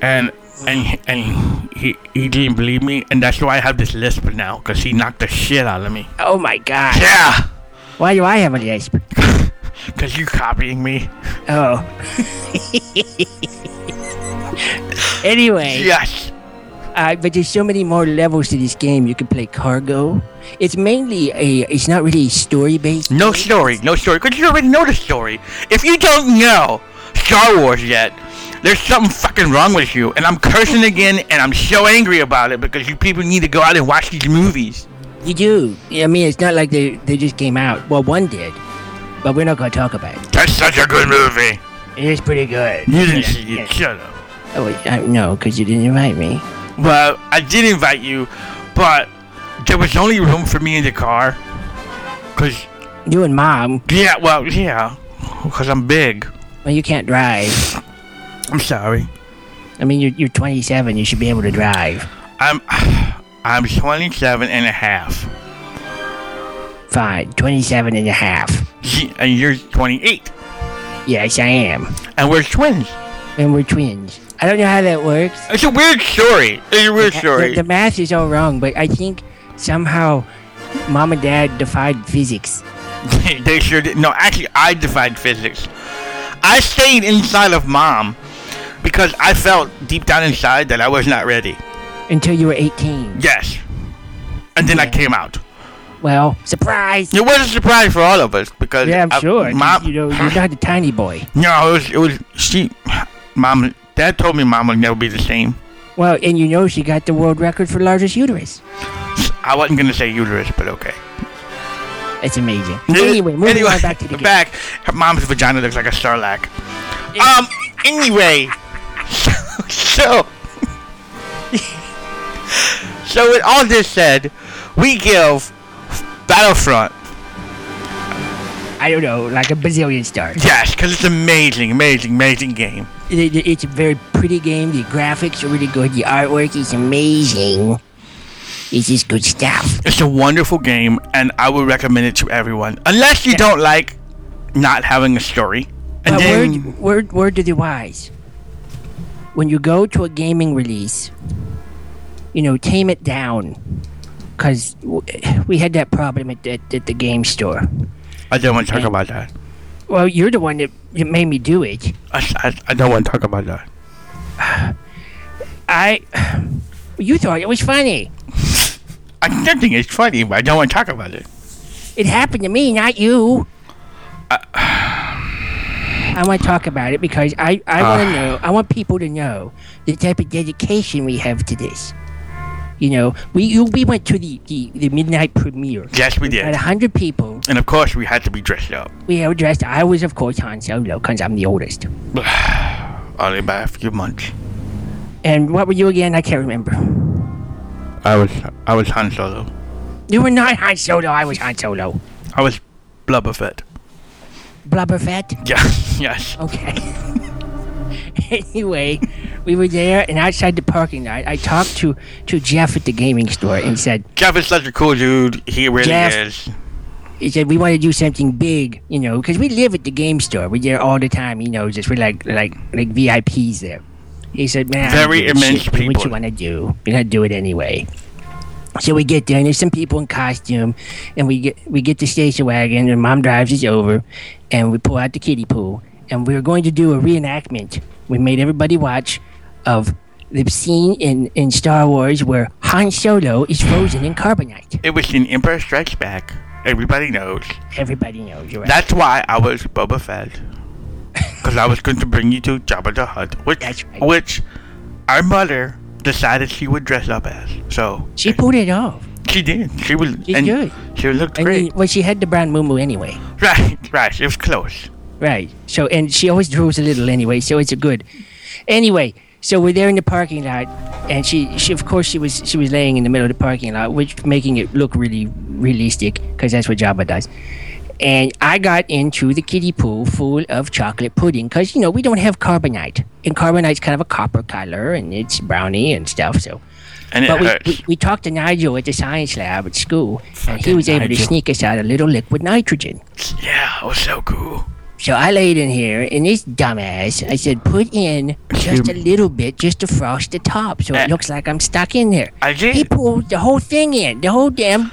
Speaker 3: and and and he he didn't believe me, and that's why I have this lisp now, cause he knocked the shit out of me.
Speaker 4: Oh my god.
Speaker 3: Yeah,
Speaker 4: Why do I have a lisp?
Speaker 3: cause you copying me.
Speaker 4: Oh. [laughs] anyway.
Speaker 3: Yes.
Speaker 4: Uh, but there's so many more levels to this game. You can play cargo. It's mainly a. It's not really story based.
Speaker 3: No story, no story, cause you already know the story. If you don't know Star Wars yet, there's something fucking wrong with you, and I'm cursing again, and I'm so angry about it because you people need to go out and watch these movies.
Speaker 4: You do. I mean, it's not like they they just came out. Well, one did, but we're not gonna talk about it.
Speaker 3: That's such a good movie.
Speaker 4: It is pretty good.
Speaker 3: You didn't see it. Shut up.
Speaker 4: Oh wait, I, no, because you didn't invite me.
Speaker 3: Well, I did invite you, but there was only room for me in the car. Cause
Speaker 4: You and mom.
Speaker 3: yeah, well yeah, cause I'm big.
Speaker 4: Well, you can't drive.
Speaker 3: I'm sorry.
Speaker 4: I mean, you're you're 27. You should be able to drive.
Speaker 3: I'm [sighs] I'm 27 and a half,
Speaker 4: Fine, 27 and a half.
Speaker 3: Ye- and you're 28,
Speaker 4: Yes, I am.
Speaker 3: and we're twins.
Speaker 4: And we're twins. I don't know how that works.
Speaker 3: It's a weird story. It's a weird
Speaker 4: The-
Speaker 3: story.
Speaker 4: The, the math is all wrong, but I think somehow mom and dad defied physics.
Speaker 3: [laughs] they sure did. No, actually, I defied physics. I stayed inside of mom because I felt deep down inside that I was not ready.
Speaker 4: Until you were 18.
Speaker 3: Yes. And then I
Speaker 4: Yeah.
Speaker 3: came out.
Speaker 4: Well, surprise!
Speaker 3: It was a surprise for all of us because
Speaker 4: Yeah, I'm
Speaker 3: I-
Speaker 4: sure. 'cause,
Speaker 3: Mom,
Speaker 4: you know,
Speaker 3: [laughs]
Speaker 4: you're not a tiny boy.
Speaker 3: no, it was it was she, mom, dad told me mom would never be the same.
Speaker 4: Well, and you know she got the world record for largest uterus.
Speaker 3: I wasn't gonna say uterus, but okay.
Speaker 4: That's amazing. Anyway, moving
Speaker 3: Anyway,
Speaker 4: on back to the game.
Speaker 3: [laughs] back. Her mom's vagina looks like a sarlacc. Um. Anyway, [laughs]
Speaker 4: [laughs]
Speaker 3: so so with all this said, we give Battlefront
Speaker 4: I don't know, like a bazillion stars.
Speaker 3: yes because it's amazing, amazing, amazing game.
Speaker 4: It- it- It's a very pretty game. The graphics are really good. The artwork is amazing. It's just good stuff.
Speaker 3: It's a wonderful game, and I would recommend it to everyone. Unless you don't like not having a story, and
Speaker 4: But
Speaker 3: then
Speaker 4: word, word, word to the wise. When you go to a gaming release, you know, tame it down. Because we had that problem at, at, at the game store.
Speaker 3: I don't want to talk about that.
Speaker 4: Well, you're the one that, that made me do it.
Speaker 3: I, I, I don't want to talk about that.
Speaker 4: I. [sighs] You thought it was funny.
Speaker 3: I don't think it's funny, but I don't want to talk about it.
Speaker 4: It happened to me, not you. [sighs] I want to talk about it because I, I want to know, I want people to know the type of dedication we have to this. You know, we you, we went to the, the, the midnight premiere.
Speaker 3: Yes, we
Speaker 4: Had
Speaker 3: did.
Speaker 4: 100 people.
Speaker 3: And of course, we had to be dressed up.
Speaker 4: We were dressed. I was, of course, Han Solo because I'm the oldest.
Speaker 3: Only by a few months.
Speaker 4: And what were you again? I can't remember.
Speaker 3: I was I was Han Solo.
Speaker 4: You were not Han Solo. I was Han Solo.
Speaker 3: I was Blubberfett.
Speaker 4: Blubber fat.
Speaker 3: Yeah, [laughs] yes.
Speaker 4: Okay. [laughs] anyway, we were there, and outside the parking lot, I talked to, to Jeff at the gaming store and said,
Speaker 3: Jeff is such a cool dude. He really
Speaker 4: Jeff.
Speaker 3: is.
Speaker 4: he said we want to do something big, you know, because we live at the game store. We're there all the time, you know, just we're like like like VIPs there. He said, man, I don't
Speaker 3: Very
Speaker 4: give a
Speaker 3: immense
Speaker 4: shit What
Speaker 3: people.
Speaker 4: you want to do? We're gonna do it anyway. So we get there, and there's some people in costume, and we get we get the station wagon, and mom drives us over, and we pull out the kiddie pool, and we're going to do a reenactment. We made everybody watch of the scene in in Star Wars where Han Solo is frozen in carbonite.
Speaker 3: It was an Emperor Strikes Back. Everybody knows.
Speaker 4: Everybody knows, right?
Speaker 3: That's why I was Boba Fett. Because I was going to bring you to Jabba the Hutt, which,
Speaker 4: That's right.
Speaker 3: which our mother decided she would dress up as. So
Speaker 4: she pulled it off.
Speaker 3: she did. She was
Speaker 4: She
Speaker 3: and
Speaker 4: did.
Speaker 3: She looked
Speaker 4: I mean,
Speaker 3: great.
Speaker 4: well, she had the brown muumuu anyway,
Speaker 3: Right, right. It was close.
Speaker 4: right? So, and she always drools a little anyway, so it's a good. Anyway, so we're there in the parking lot, and she, she of course, she was she was laying in the middle of the parking lot, which making it look really realistic because that's what Jabba does. And I got into the kiddie pool full of chocolate pudding because you know we don't have carbonite, and carbonite's kind of a copper color, and it's brownie and stuff, so.
Speaker 3: And it
Speaker 4: But we,
Speaker 3: hurts. [laughs]
Speaker 4: we, we talked to Nigel at the science lab at school, and he
Speaker 3: Fucking
Speaker 4: was able to
Speaker 3: Nigel.
Speaker 4: sneak us out a little liquid nitrogen.
Speaker 3: yeah, it was so cool.
Speaker 4: So I laid in here, and this dumbass, I said, put in just a little bit just to frost the top so
Speaker 3: Uh,
Speaker 4: it looks like I'm stuck in there.
Speaker 3: I did.
Speaker 4: He pulled the whole thing in, the whole damn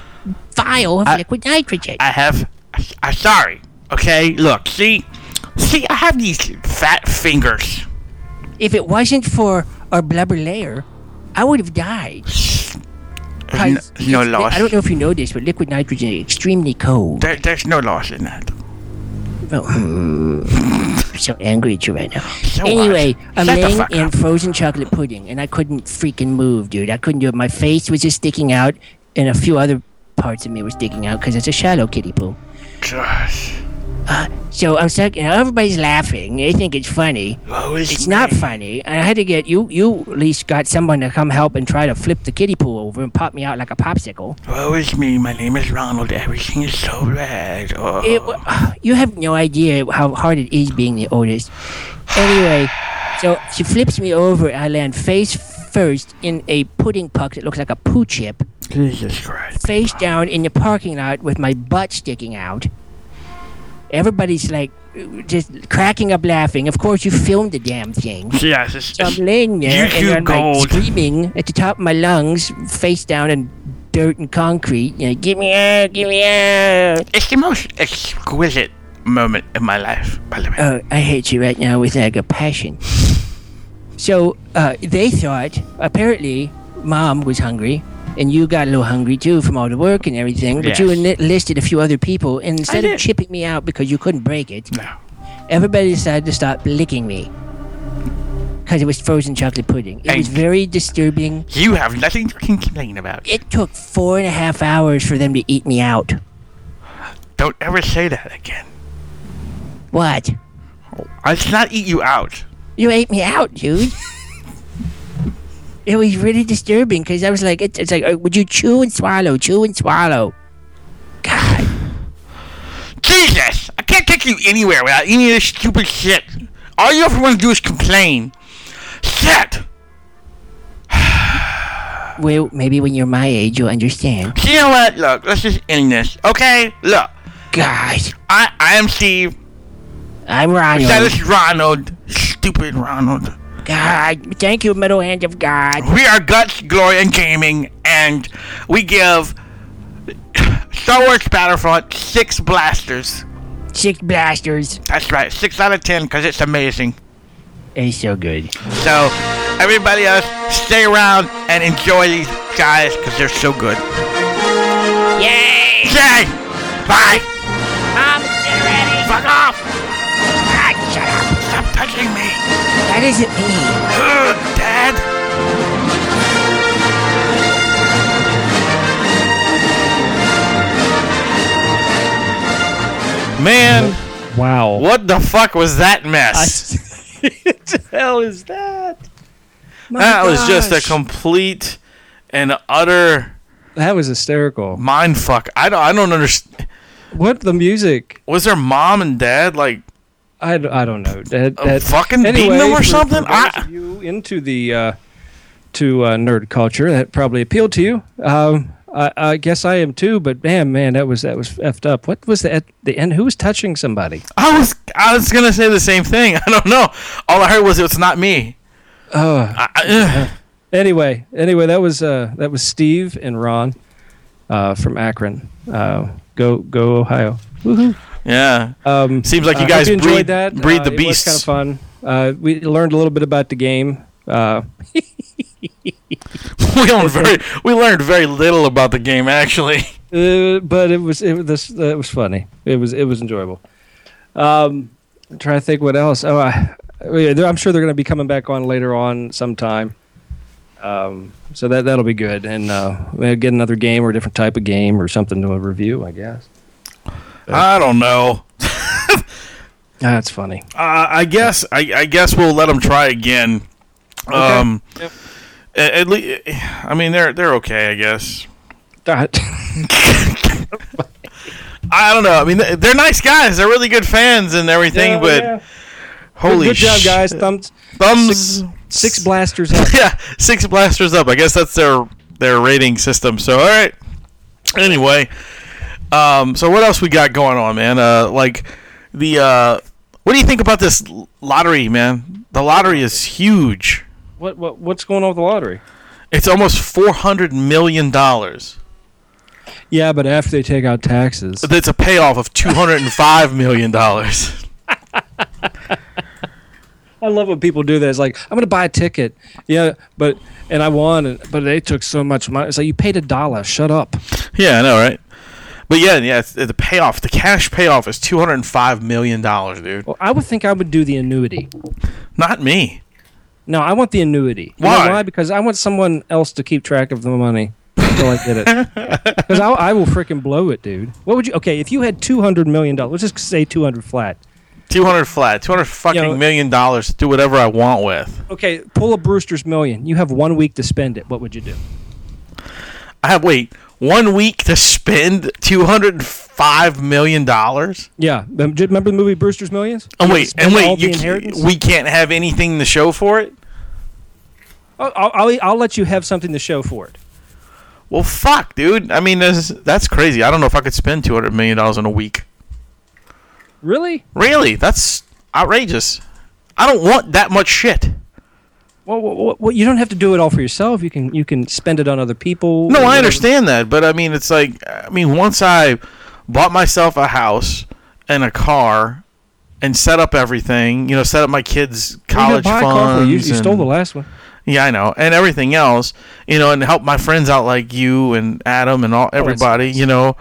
Speaker 4: vial of
Speaker 3: I-
Speaker 4: liquid nitrogen.
Speaker 3: I have. I, I sorry. Okay, look. See, see, I have these fat fingers.
Speaker 4: if it wasn't for our blubber layer, I would have died.
Speaker 3: N-
Speaker 4: 'Cause
Speaker 3: no
Speaker 4: it's-
Speaker 3: loss.
Speaker 4: I don't know if you know this, but liquid nitrogen is extremely cold.
Speaker 3: There, there's no loss in that.
Speaker 4: Oh, [laughs] I'm so angry at you right now.
Speaker 3: So
Speaker 4: Anyway,
Speaker 3: what?
Speaker 4: I'm
Speaker 3: Shut the
Speaker 4: laying
Speaker 3: fuck
Speaker 4: in
Speaker 3: up.
Speaker 4: frozen chocolate pudding, and I couldn't freaking move, dude. I couldn't do it. My face was just sticking out, and a few other parts of me were sticking out because it's a shallow kiddie pool.
Speaker 3: Gosh.
Speaker 4: So I'm stuck, and everybody's laughing. They think it's funny.
Speaker 3: Oh,
Speaker 4: It's not funny. And I had to get you. You at least got someone to come help and try to flip the kiddie pool over and pop me out like a popsicle.
Speaker 3: Woe is me. My name is Ronald. Everything is so bad. Oh.
Speaker 4: It, wa- [sighs] you have no idea how hard it is being the oldest. Anyway, so she flips me over. I land face first in a pudding puck that looks like a poo chip,
Speaker 3: Jesus Christ.
Speaker 4: face down in the parking lot with my butt sticking out. Everybody's like just cracking up laughing. Of course, you filmed the damn thing.
Speaker 3: Yes, it's,
Speaker 4: So I'm
Speaker 3: it's, [laughs]
Speaker 4: laying there
Speaker 3: YouTube
Speaker 4: and I'm
Speaker 3: gold.
Speaker 4: like screaming at the top of my lungs, face down in dirt and concrete. You know, get me out, get me out.
Speaker 3: it's the most exquisite moment in my life, by the way.
Speaker 4: Oh, I hate you right now with like a passion. So uh, they thought, apparently, mom was hungry. And you got a little hungry too from all the work and everything, but you
Speaker 3: Yes.
Speaker 4: enli- listed a few other people. And instead
Speaker 3: did.
Speaker 4: of chipping me out because you couldn't break it,
Speaker 3: no.
Speaker 4: everybody decided to stop licking me because it was frozen chocolate pudding. It was
Speaker 3: And-
Speaker 4: very disturbing.
Speaker 3: You have nothing to complain about.
Speaker 4: It took four and a half hours for them to eat me out.
Speaker 3: Don't ever say that again.
Speaker 4: What?
Speaker 3: I did not eat you out.
Speaker 4: You ate me out, [laughs] dude. it was really disturbing because I was like, it's, it's like, uh, would you chew and swallow, chew and swallow? God.
Speaker 3: Jesus! I can't take you anywhere without any of this stupid shit. All you ever want to do is complain. Shit!
Speaker 4: Well, maybe when you're my age, you'll understand.
Speaker 3: You know what? Look, let's just end this. Okay? Look,
Speaker 4: God.
Speaker 3: I, I am Steve.
Speaker 4: I'm Ronald.
Speaker 3: That is Ronald. Stupid Ronald.
Speaker 4: God. Thank you, middle hand of God.
Speaker 3: We are Guts, Glory, and Gaming, and we give Star Wars Battlefront six blasters.
Speaker 4: Six blasters.
Speaker 3: That's right, six out of ten, because it's amazing.
Speaker 4: It's so good.
Speaker 3: So, everybody else, stay around and enjoy these guys, because they're so good.
Speaker 4: Yay!
Speaker 3: Yay! Bye!
Speaker 4: Mom, get ready.
Speaker 3: Fuck off!
Speaker 4: Ah, shut up.
Speaker 3: touching me.
Speaker 4: That isn't me.
Speaker 3: Ugh, Dad. Man,
Speaker 2: Wow.
Speaker 3: what the fuck was that
Speaker 2: I,
Speaker 3: mess?
Speaker 2: [laughs] what the hell is that?
Speaker 3: that was just a complete and utter
Speaker 2: That was hysterical.
Speaker 3: mind fuck. I don't. I don't understand.
Speaker 2: What the music?
Speaker 3: Was their mom and dad like
Speaker 2: I, d- I don't know. That,
Speaker 3: uh,
Speaker 2: that
Speaker 3: fucking
Speaker 2: anyway,
Speaker 3: beating them
Speaker 2: for-
Speaker 3: or
Speaker 2: for
Speaker 3: something?
Speaker 2: those
Speaker 3: I,
Speaker 2: of you into the uh, to uh, nerd culture that probably appealed to you. Um, I, I guess I am too. But damn, man, that was that was effed up. What was that? The end? Who was touching somebody?
Speaker 3: I was. I was gonna say the same thing. [laughs] I don't know. All I heard was it's not me.
Speaker 2: Oh.
Speaker 3: I, I, ugh.
Speaker 2: Anyway, anyway, that was uh, that was Steve and Ron uh, from Akron. Uh, go go Ohio. Woohoo!
Speaker 3: Yeah.
Speaker 2: Um,
Speaker 3: Seems like you
Speaker 2: I hope
Speaker 3: guys
Speaker 2: enjoyed
Speaker 3: breed,
Speaker 2: that.
Speaker 3: breed
Speaker 2: Uh,
Speaker 3: the beasts.
Speaker 2: It was kind of fun. Uh, we learned a little bit about the game. Uh,
Speaker 3: [laughs] we, learned very, we learned very little about the game, actually.
Speaker 2: Uh, but it was it was this uh, it was funny. It was it was enjoyable. Um, I'm trying to think what else. Oh, I, oh, yeah, they're- I'm sure they're going to be coming back on later on sometime. Um, so that that'll be good, and uh, we'll get another game or a different type of game or something to review, I guess.
Speaker 3: I don't know.
Speaker 2: Ah, That's funny.
Speaker 3: Uh, I guess I, I guess we'll let them try again. Um, a- at, least I mean they're they're okay, I guess.
Speaker 2: That-
Speaker 3: I don't know. I mean th- they're nice guys. They're really good fans and
Speaker 2: [laughs]
Speaker 3: everything,
Speaker 2: Yeah,
Speaker 3: but
Speaker 2: yeah.
Speaker 3: holy
Speaker 2: good job,
Speaker 3: sh-
Speaker 2: guys! Thumbs
Speaker 3: Thumbs
Speaker 2: six blasters up.
Speaker 3: yeah, six blasters up. I guess that's their their rating system. So all right. Anyway, um, so what else we got going on, man? Uh, like the uh, what do you think about this l- lottery, man? The lottery is huge.
Speaker 2: What what what's going on with the lottery?
Speaker 3: It's almost four hundred million dollars.
Speaker 2: Yeah, but after they take out taxes,
Speaker 3: That's a payoff of two hundred and five million dollars. [laughs]
Speaker 2: I love when people do that. It's like I'm going to buy a ticket, yeah, but and I won, and, but they took so much money. It's like you paid a dollar. Shut up.
Speaker 3: Yeah, I know, right? But yeah, yeah, it's, the payoff, the cash payoff is two hundred and five million dollars, dude.
Speaker 2: Well, I would think I would do the annuity.
Speaker 3: Not me.
Speaker 2: No, I want the annuity. You know
Speaker 3: Why?
Speaker 2: why? Because I want someone else to keep track of the money until I get it.
Speaker 3: [laughs]
Speaker 2: Because I, I will freaking blow it, dude. What would you? Okay, if you had two hundred million dollars, let's just say two hundred flat.
Speaker 3: Two hundred flat, two hundred fucking
Speaker 2: You know-
Speaker 3: million dollars to do whatever I want with.
Speaker 2: Okay, pull a Brewster's million. You have one week to spend it. What would you do?
Speaker 3: I have wait one week to spend two hundred five million dollars.
Speaker 2: Yeah, mem- do you remember the movie Brewster's Millions?
Speaker 3: Oh
Speaker 2: You
Speaker 3: wait,
Speaker 2: spend
Speaker 3: and
Speaker 2: all
Speaker 3: wait,
Speaker 2: the
Speaker 3: you, ca-
Speaker 2: inheritance?
Speaker 3: we can't have anything to show for it.
Speaker 2: I'll, I'll, I'll let you have something to show for it.
Speaker 3: Well, fuck, dude. I mean, that's, that's crazy. I don't know if I could spend two hundred million dollars in a week.
Speaker 2: Really?
Speaker 3: Really, that's outrageous. I don't want that much shit.
Speaker 2: Well, well, well, you don't have to do it all for yourself. You can you can spend it on other people.
Speaker 3: No,
Speaker 2: or
Speaker 3: I
Speaker 2: whatever.
Speaker 3: understand that, but I mean, it's like, I mean, once I bought myself a house and a car and set up everything, you know, set up my kids'
Speaker 2: You can
Speaker 3: college
Speaker 2: buy a car for
Speaker 3: funds.
Speaker 2: you. You stole
Speaker 3: and-
Speaker 2: the last one.
Speaker 3: Yeah, I know, and everything else, you know, and help my friends out like you and Adam and all
Speaker 2: that's
Speaker 3: everybody, you know.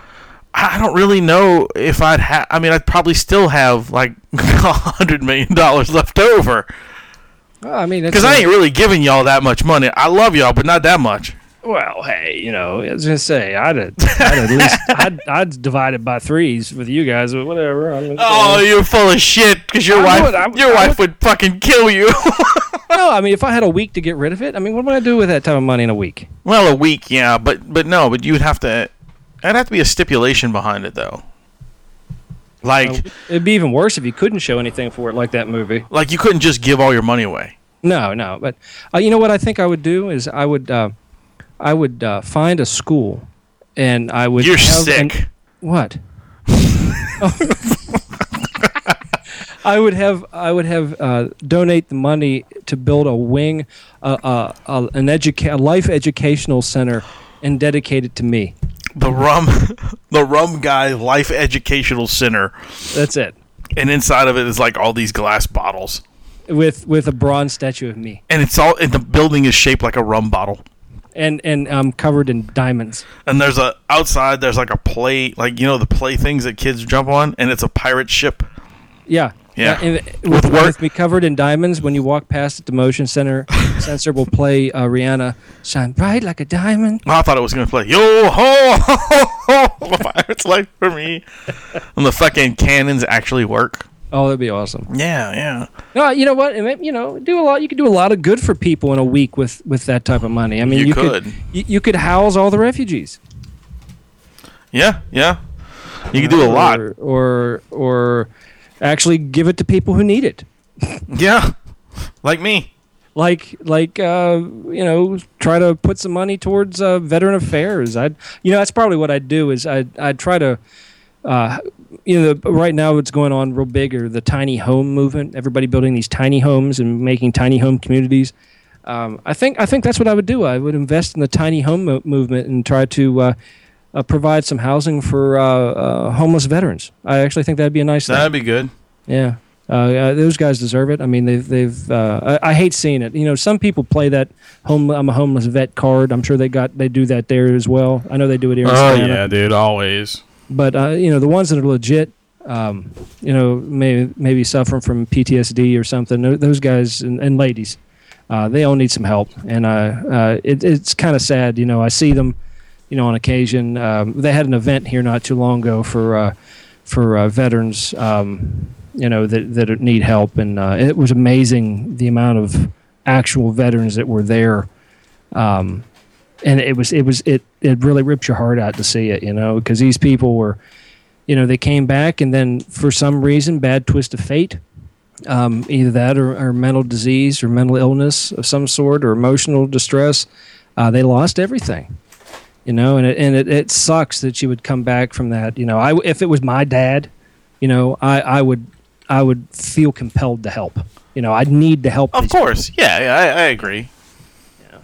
Speaker 3: I I don't really know if I'd have. I mean, I'd probably still have like [laughs] a hundred million dollars left over
Speaker 2: Well, I mean, that's
Speaker 3: because I
Speaker 2: a-
Speaker 3: ain't really giving y'all that much money. I love y'all, but not that much.
Speaker 2: Well, hey, you know, I was gonna say I'd, I'd at [laughs] least I'd, I'd divide it by threes with you guys, but whatever. I mean,
Speaker 3: Oh, you're full of shit because your
Speaker 2: I
Speaker 3: wife,
Speaker 2: would- I would-
Speaker 3: your
Speaker 2: I
Speaker 3: wife would, fucking kill you. [laughs]
Speaker 2: no, I mean, if I had a week to get rid of it, I mean, what would I do with that type of money in a week?
Speaker 3: well, a week, yeah, but but no, but you'd have to. I'd have to be a stipulation behind it though. Like
Speaker 2: It'd be even worse if you couldn't show anything for it, like that movie.
Speaker 3: like you couldn't just give all your money away.
Speaker 2: No, no, but uh, you know what I think I would do is I would uh, I would uh, find a school, and I would
Speaker 3: You're
Speaker 2: have an-
Speaker 3: sick.
Speaker 2: What? I would have I would have uh, donate the money to build a wing, uh, uh, uh, an educa- a life educational center, and dedicate it to me.
Speaker 3: the rum [laughs] the rum guy life educational center
Speaker 2: That's it.
Speaker 3: and inside of it is like all these glass bottles
Speaker 2: With with a bronze statue of me,
Speaker 3: and it's all and the building is shaped like a rum bottle
Speaker 2: and and I'm covered in diamonds.
Speaker 3: and there's a outside there's like a play like you know the play things that kids jump on and it's a pirate ship [laughs]
Speaker 2: Yeah,
Speaker 1: Yeah.
Speaker 2: Uh, and
Speaker 1: With
Speaker 2: with,
Speaker 1: work-
Speaker 2: with me covered in diamonds, when you walk past it, the motion
Speaker 1: [laughs]
Speaker 2: center sensor will play uh, Rihanna "Shine Bright Like a Diamond."
Speaker 1: I thought it was gonna play yo ho ho ho, ho pirates life for me, and the fucking cannons actually work.
Speaker 2: Oh, that'd be awesome.
Speaker 1: Yeah, yeah.
Speaker 2: No, you know what? It may- You know, do a lot. You could do a lot of good for people in a week with with that type of money. I mean,
Speaker 1: You
Speaker 2: you, could,
Speaker 1: could.
Speaker 2: you, you could house all the refugees.
Speaker 1: Yeah, yeah. You can do a lot.
Speaker 2: or, or or actually give it to people who need it.
Speaker 1: Yeah, like me.
Speaker 2: Like like uh, you know, try to put some money towards uh, veteran affairs. I would you know that's probably what I'd do is I would I'd try to. Uh, you know, the, right now what's going on real big are the tiny home movement. Everybody building these tiny homes and making tiny home communities. Um, I think I think that's what I would do. I would invest in the tiny home mo- movement and try to uh, uh, provide some housing for uh, uh, homeless veterans. I actually think that'd be a nice thing.
Speaker 1: That'd be good.
Speaker 2: Yeah. Uh, uh, those guys deserve it. I mean, they've they've. Uh, I, I hate seeing it. You know, some people play that home. I'm a homeless vet card. I'm sure they got they do that there as well. I know they do it here. in
Speaker 1: Oh
Speaker 2: Savannah.
Speaker 1: yeah, dude. Always.
Speaker 2: But uh, you know, the ones that are legit, um, you know, may, maybe suffering from PTSD or something. tho- Those guys and, and ladies, uh, they all need some help. And uh, uh, it, it's kind of sad. You know, I see them. You know, on occasion, um, they had an event here not too long ago for uh, for uh, veterans. Um, you know that that need help, and uh, it was amazing the amount of actual veterans that were there. Um, and it was it was it it really ripped your heart out to see it you know because these people were you know they came back and then for some reason bad twist of fate um, either that or, or mental disease or mental illness of some sort or emotional distress uh, they lost everything you know and it, and it, it sucks that you would come back from that you know I, if it was my dad you know I, I would i would feel compelled to help you know i'd need to help
Speaker 1: Of
Speaker 2: these
Speaker 1: course. Yeah, yeah. I, I agree.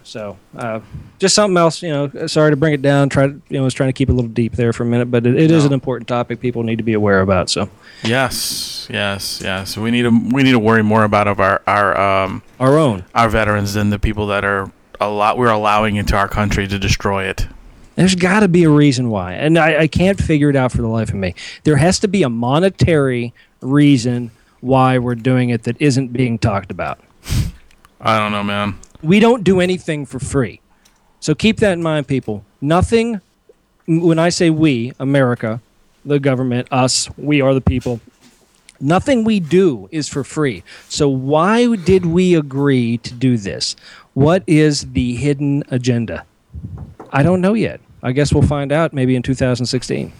Speaker 2: so uh, just something else, you know. Sorry to bring it down. Try, to, you know, was trying to keep it a little deep there for a minute, but it, it is an important topic people need to be aware about. So
Speaker 1: Yes, yes, yes. We need to we need to worry more about of our our um
Speaker 2: our own.
Speaker 1: our veterans than the people that are a lot we're allowing into our country to destroy it.
Speaker 2: There's got to be a reason why, and I, I can't figure it out for the life of me. There has to be a monetary reason why we're doing it that isn't being talked about.
Speaker 1: I don't know, man.
Speaker 2: we don't do anything for free. So keep that in mind, people. Nothing, m- when I say we, America, the government, us, we are the people, nothing we do is for free. So why did we agree to do this? What is the hidden agenda? I don't know yet. I guess we'll find out maybe in 2016.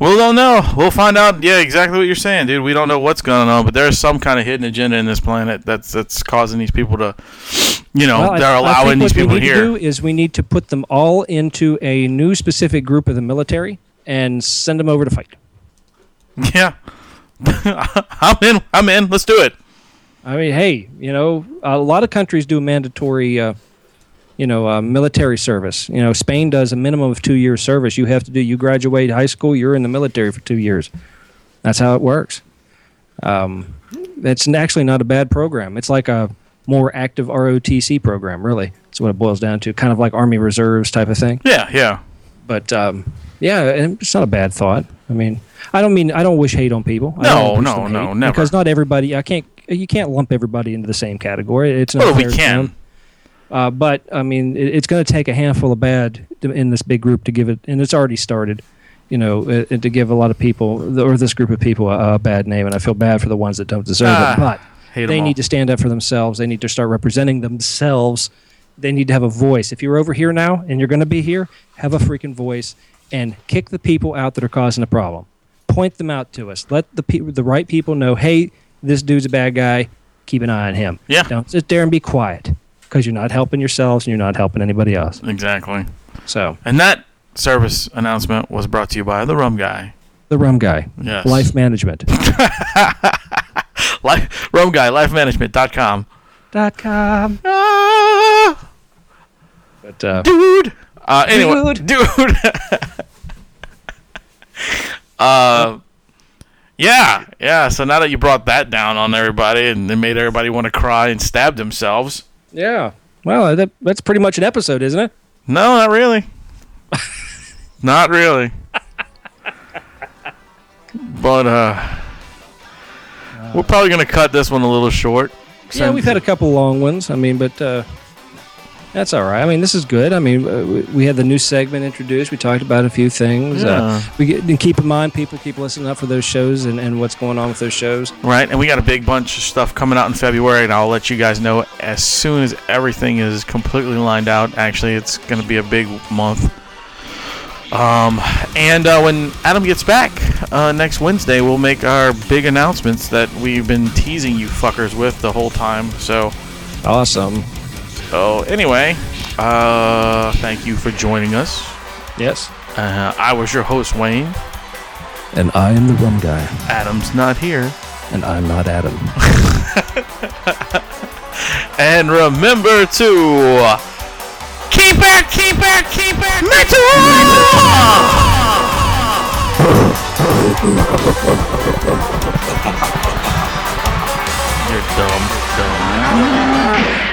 Speaker 1: We don't know. We'll find out. Yeah, exactly what you're saying, dude. We don't know what's going on, but there's some kind of hidden agenda in this planet that's that's causing these people to, you know,
Speaker 2: Well, I-
Speaker 1: Oh, they're
Speaker 2: I think
Speaker 1: allowing these
Speaker 2: what we
Speaker 1: people
Speaker 2: need
Speaker 1: here.
Speaker 2: To do is we need to put them all into a new specific group of the military and send them over to fight.
Speaker 1: [laughs] Yeah, I'm in. I'm in. Let's do it.
Speaker 2: I mean, hey, you know, a lot of countries do mandatory, uh, you know, uh, military service. You know, Spain does a minimum of two years service. You have to do. You graduate high school, you're in the military for two years. That's how it works. Um, it's n- actually not a bad program. It's like a more active ROTC program, really. That's what it boils down to, kind of like Army Reserves type of thing.
Speaker 1: Yeah, yeah.
Speaker 2: But um, yeah, and it's not a bad thought. I mean, I don't mean I don't wish hate on people. I
Speaker 1: No,
Speaker 2: don't wish
Speaker 1: no,
Speaker 2: them
Speaker 1: no,
Speaker 2: hate,
Speaker 1: never.
Speaker 2: Because not everybody. I can't. You can't lump everybody into the same category. It's not
Speaker 1: Well, we
Speaker 2: fair to
Speaker 1: can.
Speaker 2: them. Uh, but I mean, it, it's going to take a handful of bad to, in this big group to give it, and it's already started. You know, uh, to give a lot of people or this group of people a, a bad name, and I feel bad for the ones that don't deserve
Speaker 1: Ah,
Speaker 2: it. But
Speaker 1: hate 'em
Speaker 2: they
Speaker 1: all.
Speaker 2: need to stand up for themselves. They need to start representing themselves. They need to have a voice. If you're over here now and you're going to be here, have a freaking voice and kick the people out that are causing the problem. Point them out to us. Let the pe- the right people know, hey, this dude's a bad guy. Keep an eye on him.
Speaker 1: Yeah.
Speaker 2: Don't sit there and be quiet because you're not helping yourselves and you're not helping anybody else.
Speaker 1: Exactly.
Speaker 2: So
Speaker 1: And that service announcement was brought to you by the Rum Guy.
Speaker 2: the rum guy,
Speaker 1: Yes.
Speaker 2: life management.
Speaker 1: Life Rum Guy, lifemanagement.com.
Speaker 2: dot com.
Speaker 1: Ah,
Speaker 2: But uh,
Speaker 1: dude. Uh, anyway, [laughs] dude.
Speaker 2: Dude.
Speaker 1: uh, yeah, yeah. So now that you brought that down on everybody and it made everybody want to cry and stab themselves.
Speaker 2: yeah, well, uh, that, that's pretty much an episode, isn't it?
Speaker 1: No, not really. not really. but uh We're probably gonna cut this one a little short.
Speaker 2: Yeah, we've had a couple long ones. I mean, but uh, that's all right. I mean, this is good. I mean, uh, we- we had the new segment introduced. We talked about a few things.
Speaker 1: Yeah.
Speaker 2: Uh, we get, and keep in mind, people keep listening up for those shows and, and what's going on with those shows.
Speaker 1: right, and we got a big bunch of stuff coming out in February, and I'll let you guys know as soon as everything is completely lined out. Actually, it's gonna be a big month. Um, and uh, when Adam gets back uh, next Wednesday, we'll make our big announcements that we've been teasing you fuckers with the whole time. So.
Speaker 2: Awesome.
Speaker 1: So anyway, uh, thank you for joining us.
Speaker 2: Yes.
Speaker 1: Uh, I was your host Wayne.
Speaker 2: And I am the rum guy,
Speaker 1: Adam's not here.
Speaker 2: and I'm not Adam.
Speaker 1: And remember to keep it, keep it, keep it, metal. You're dumb, dumb.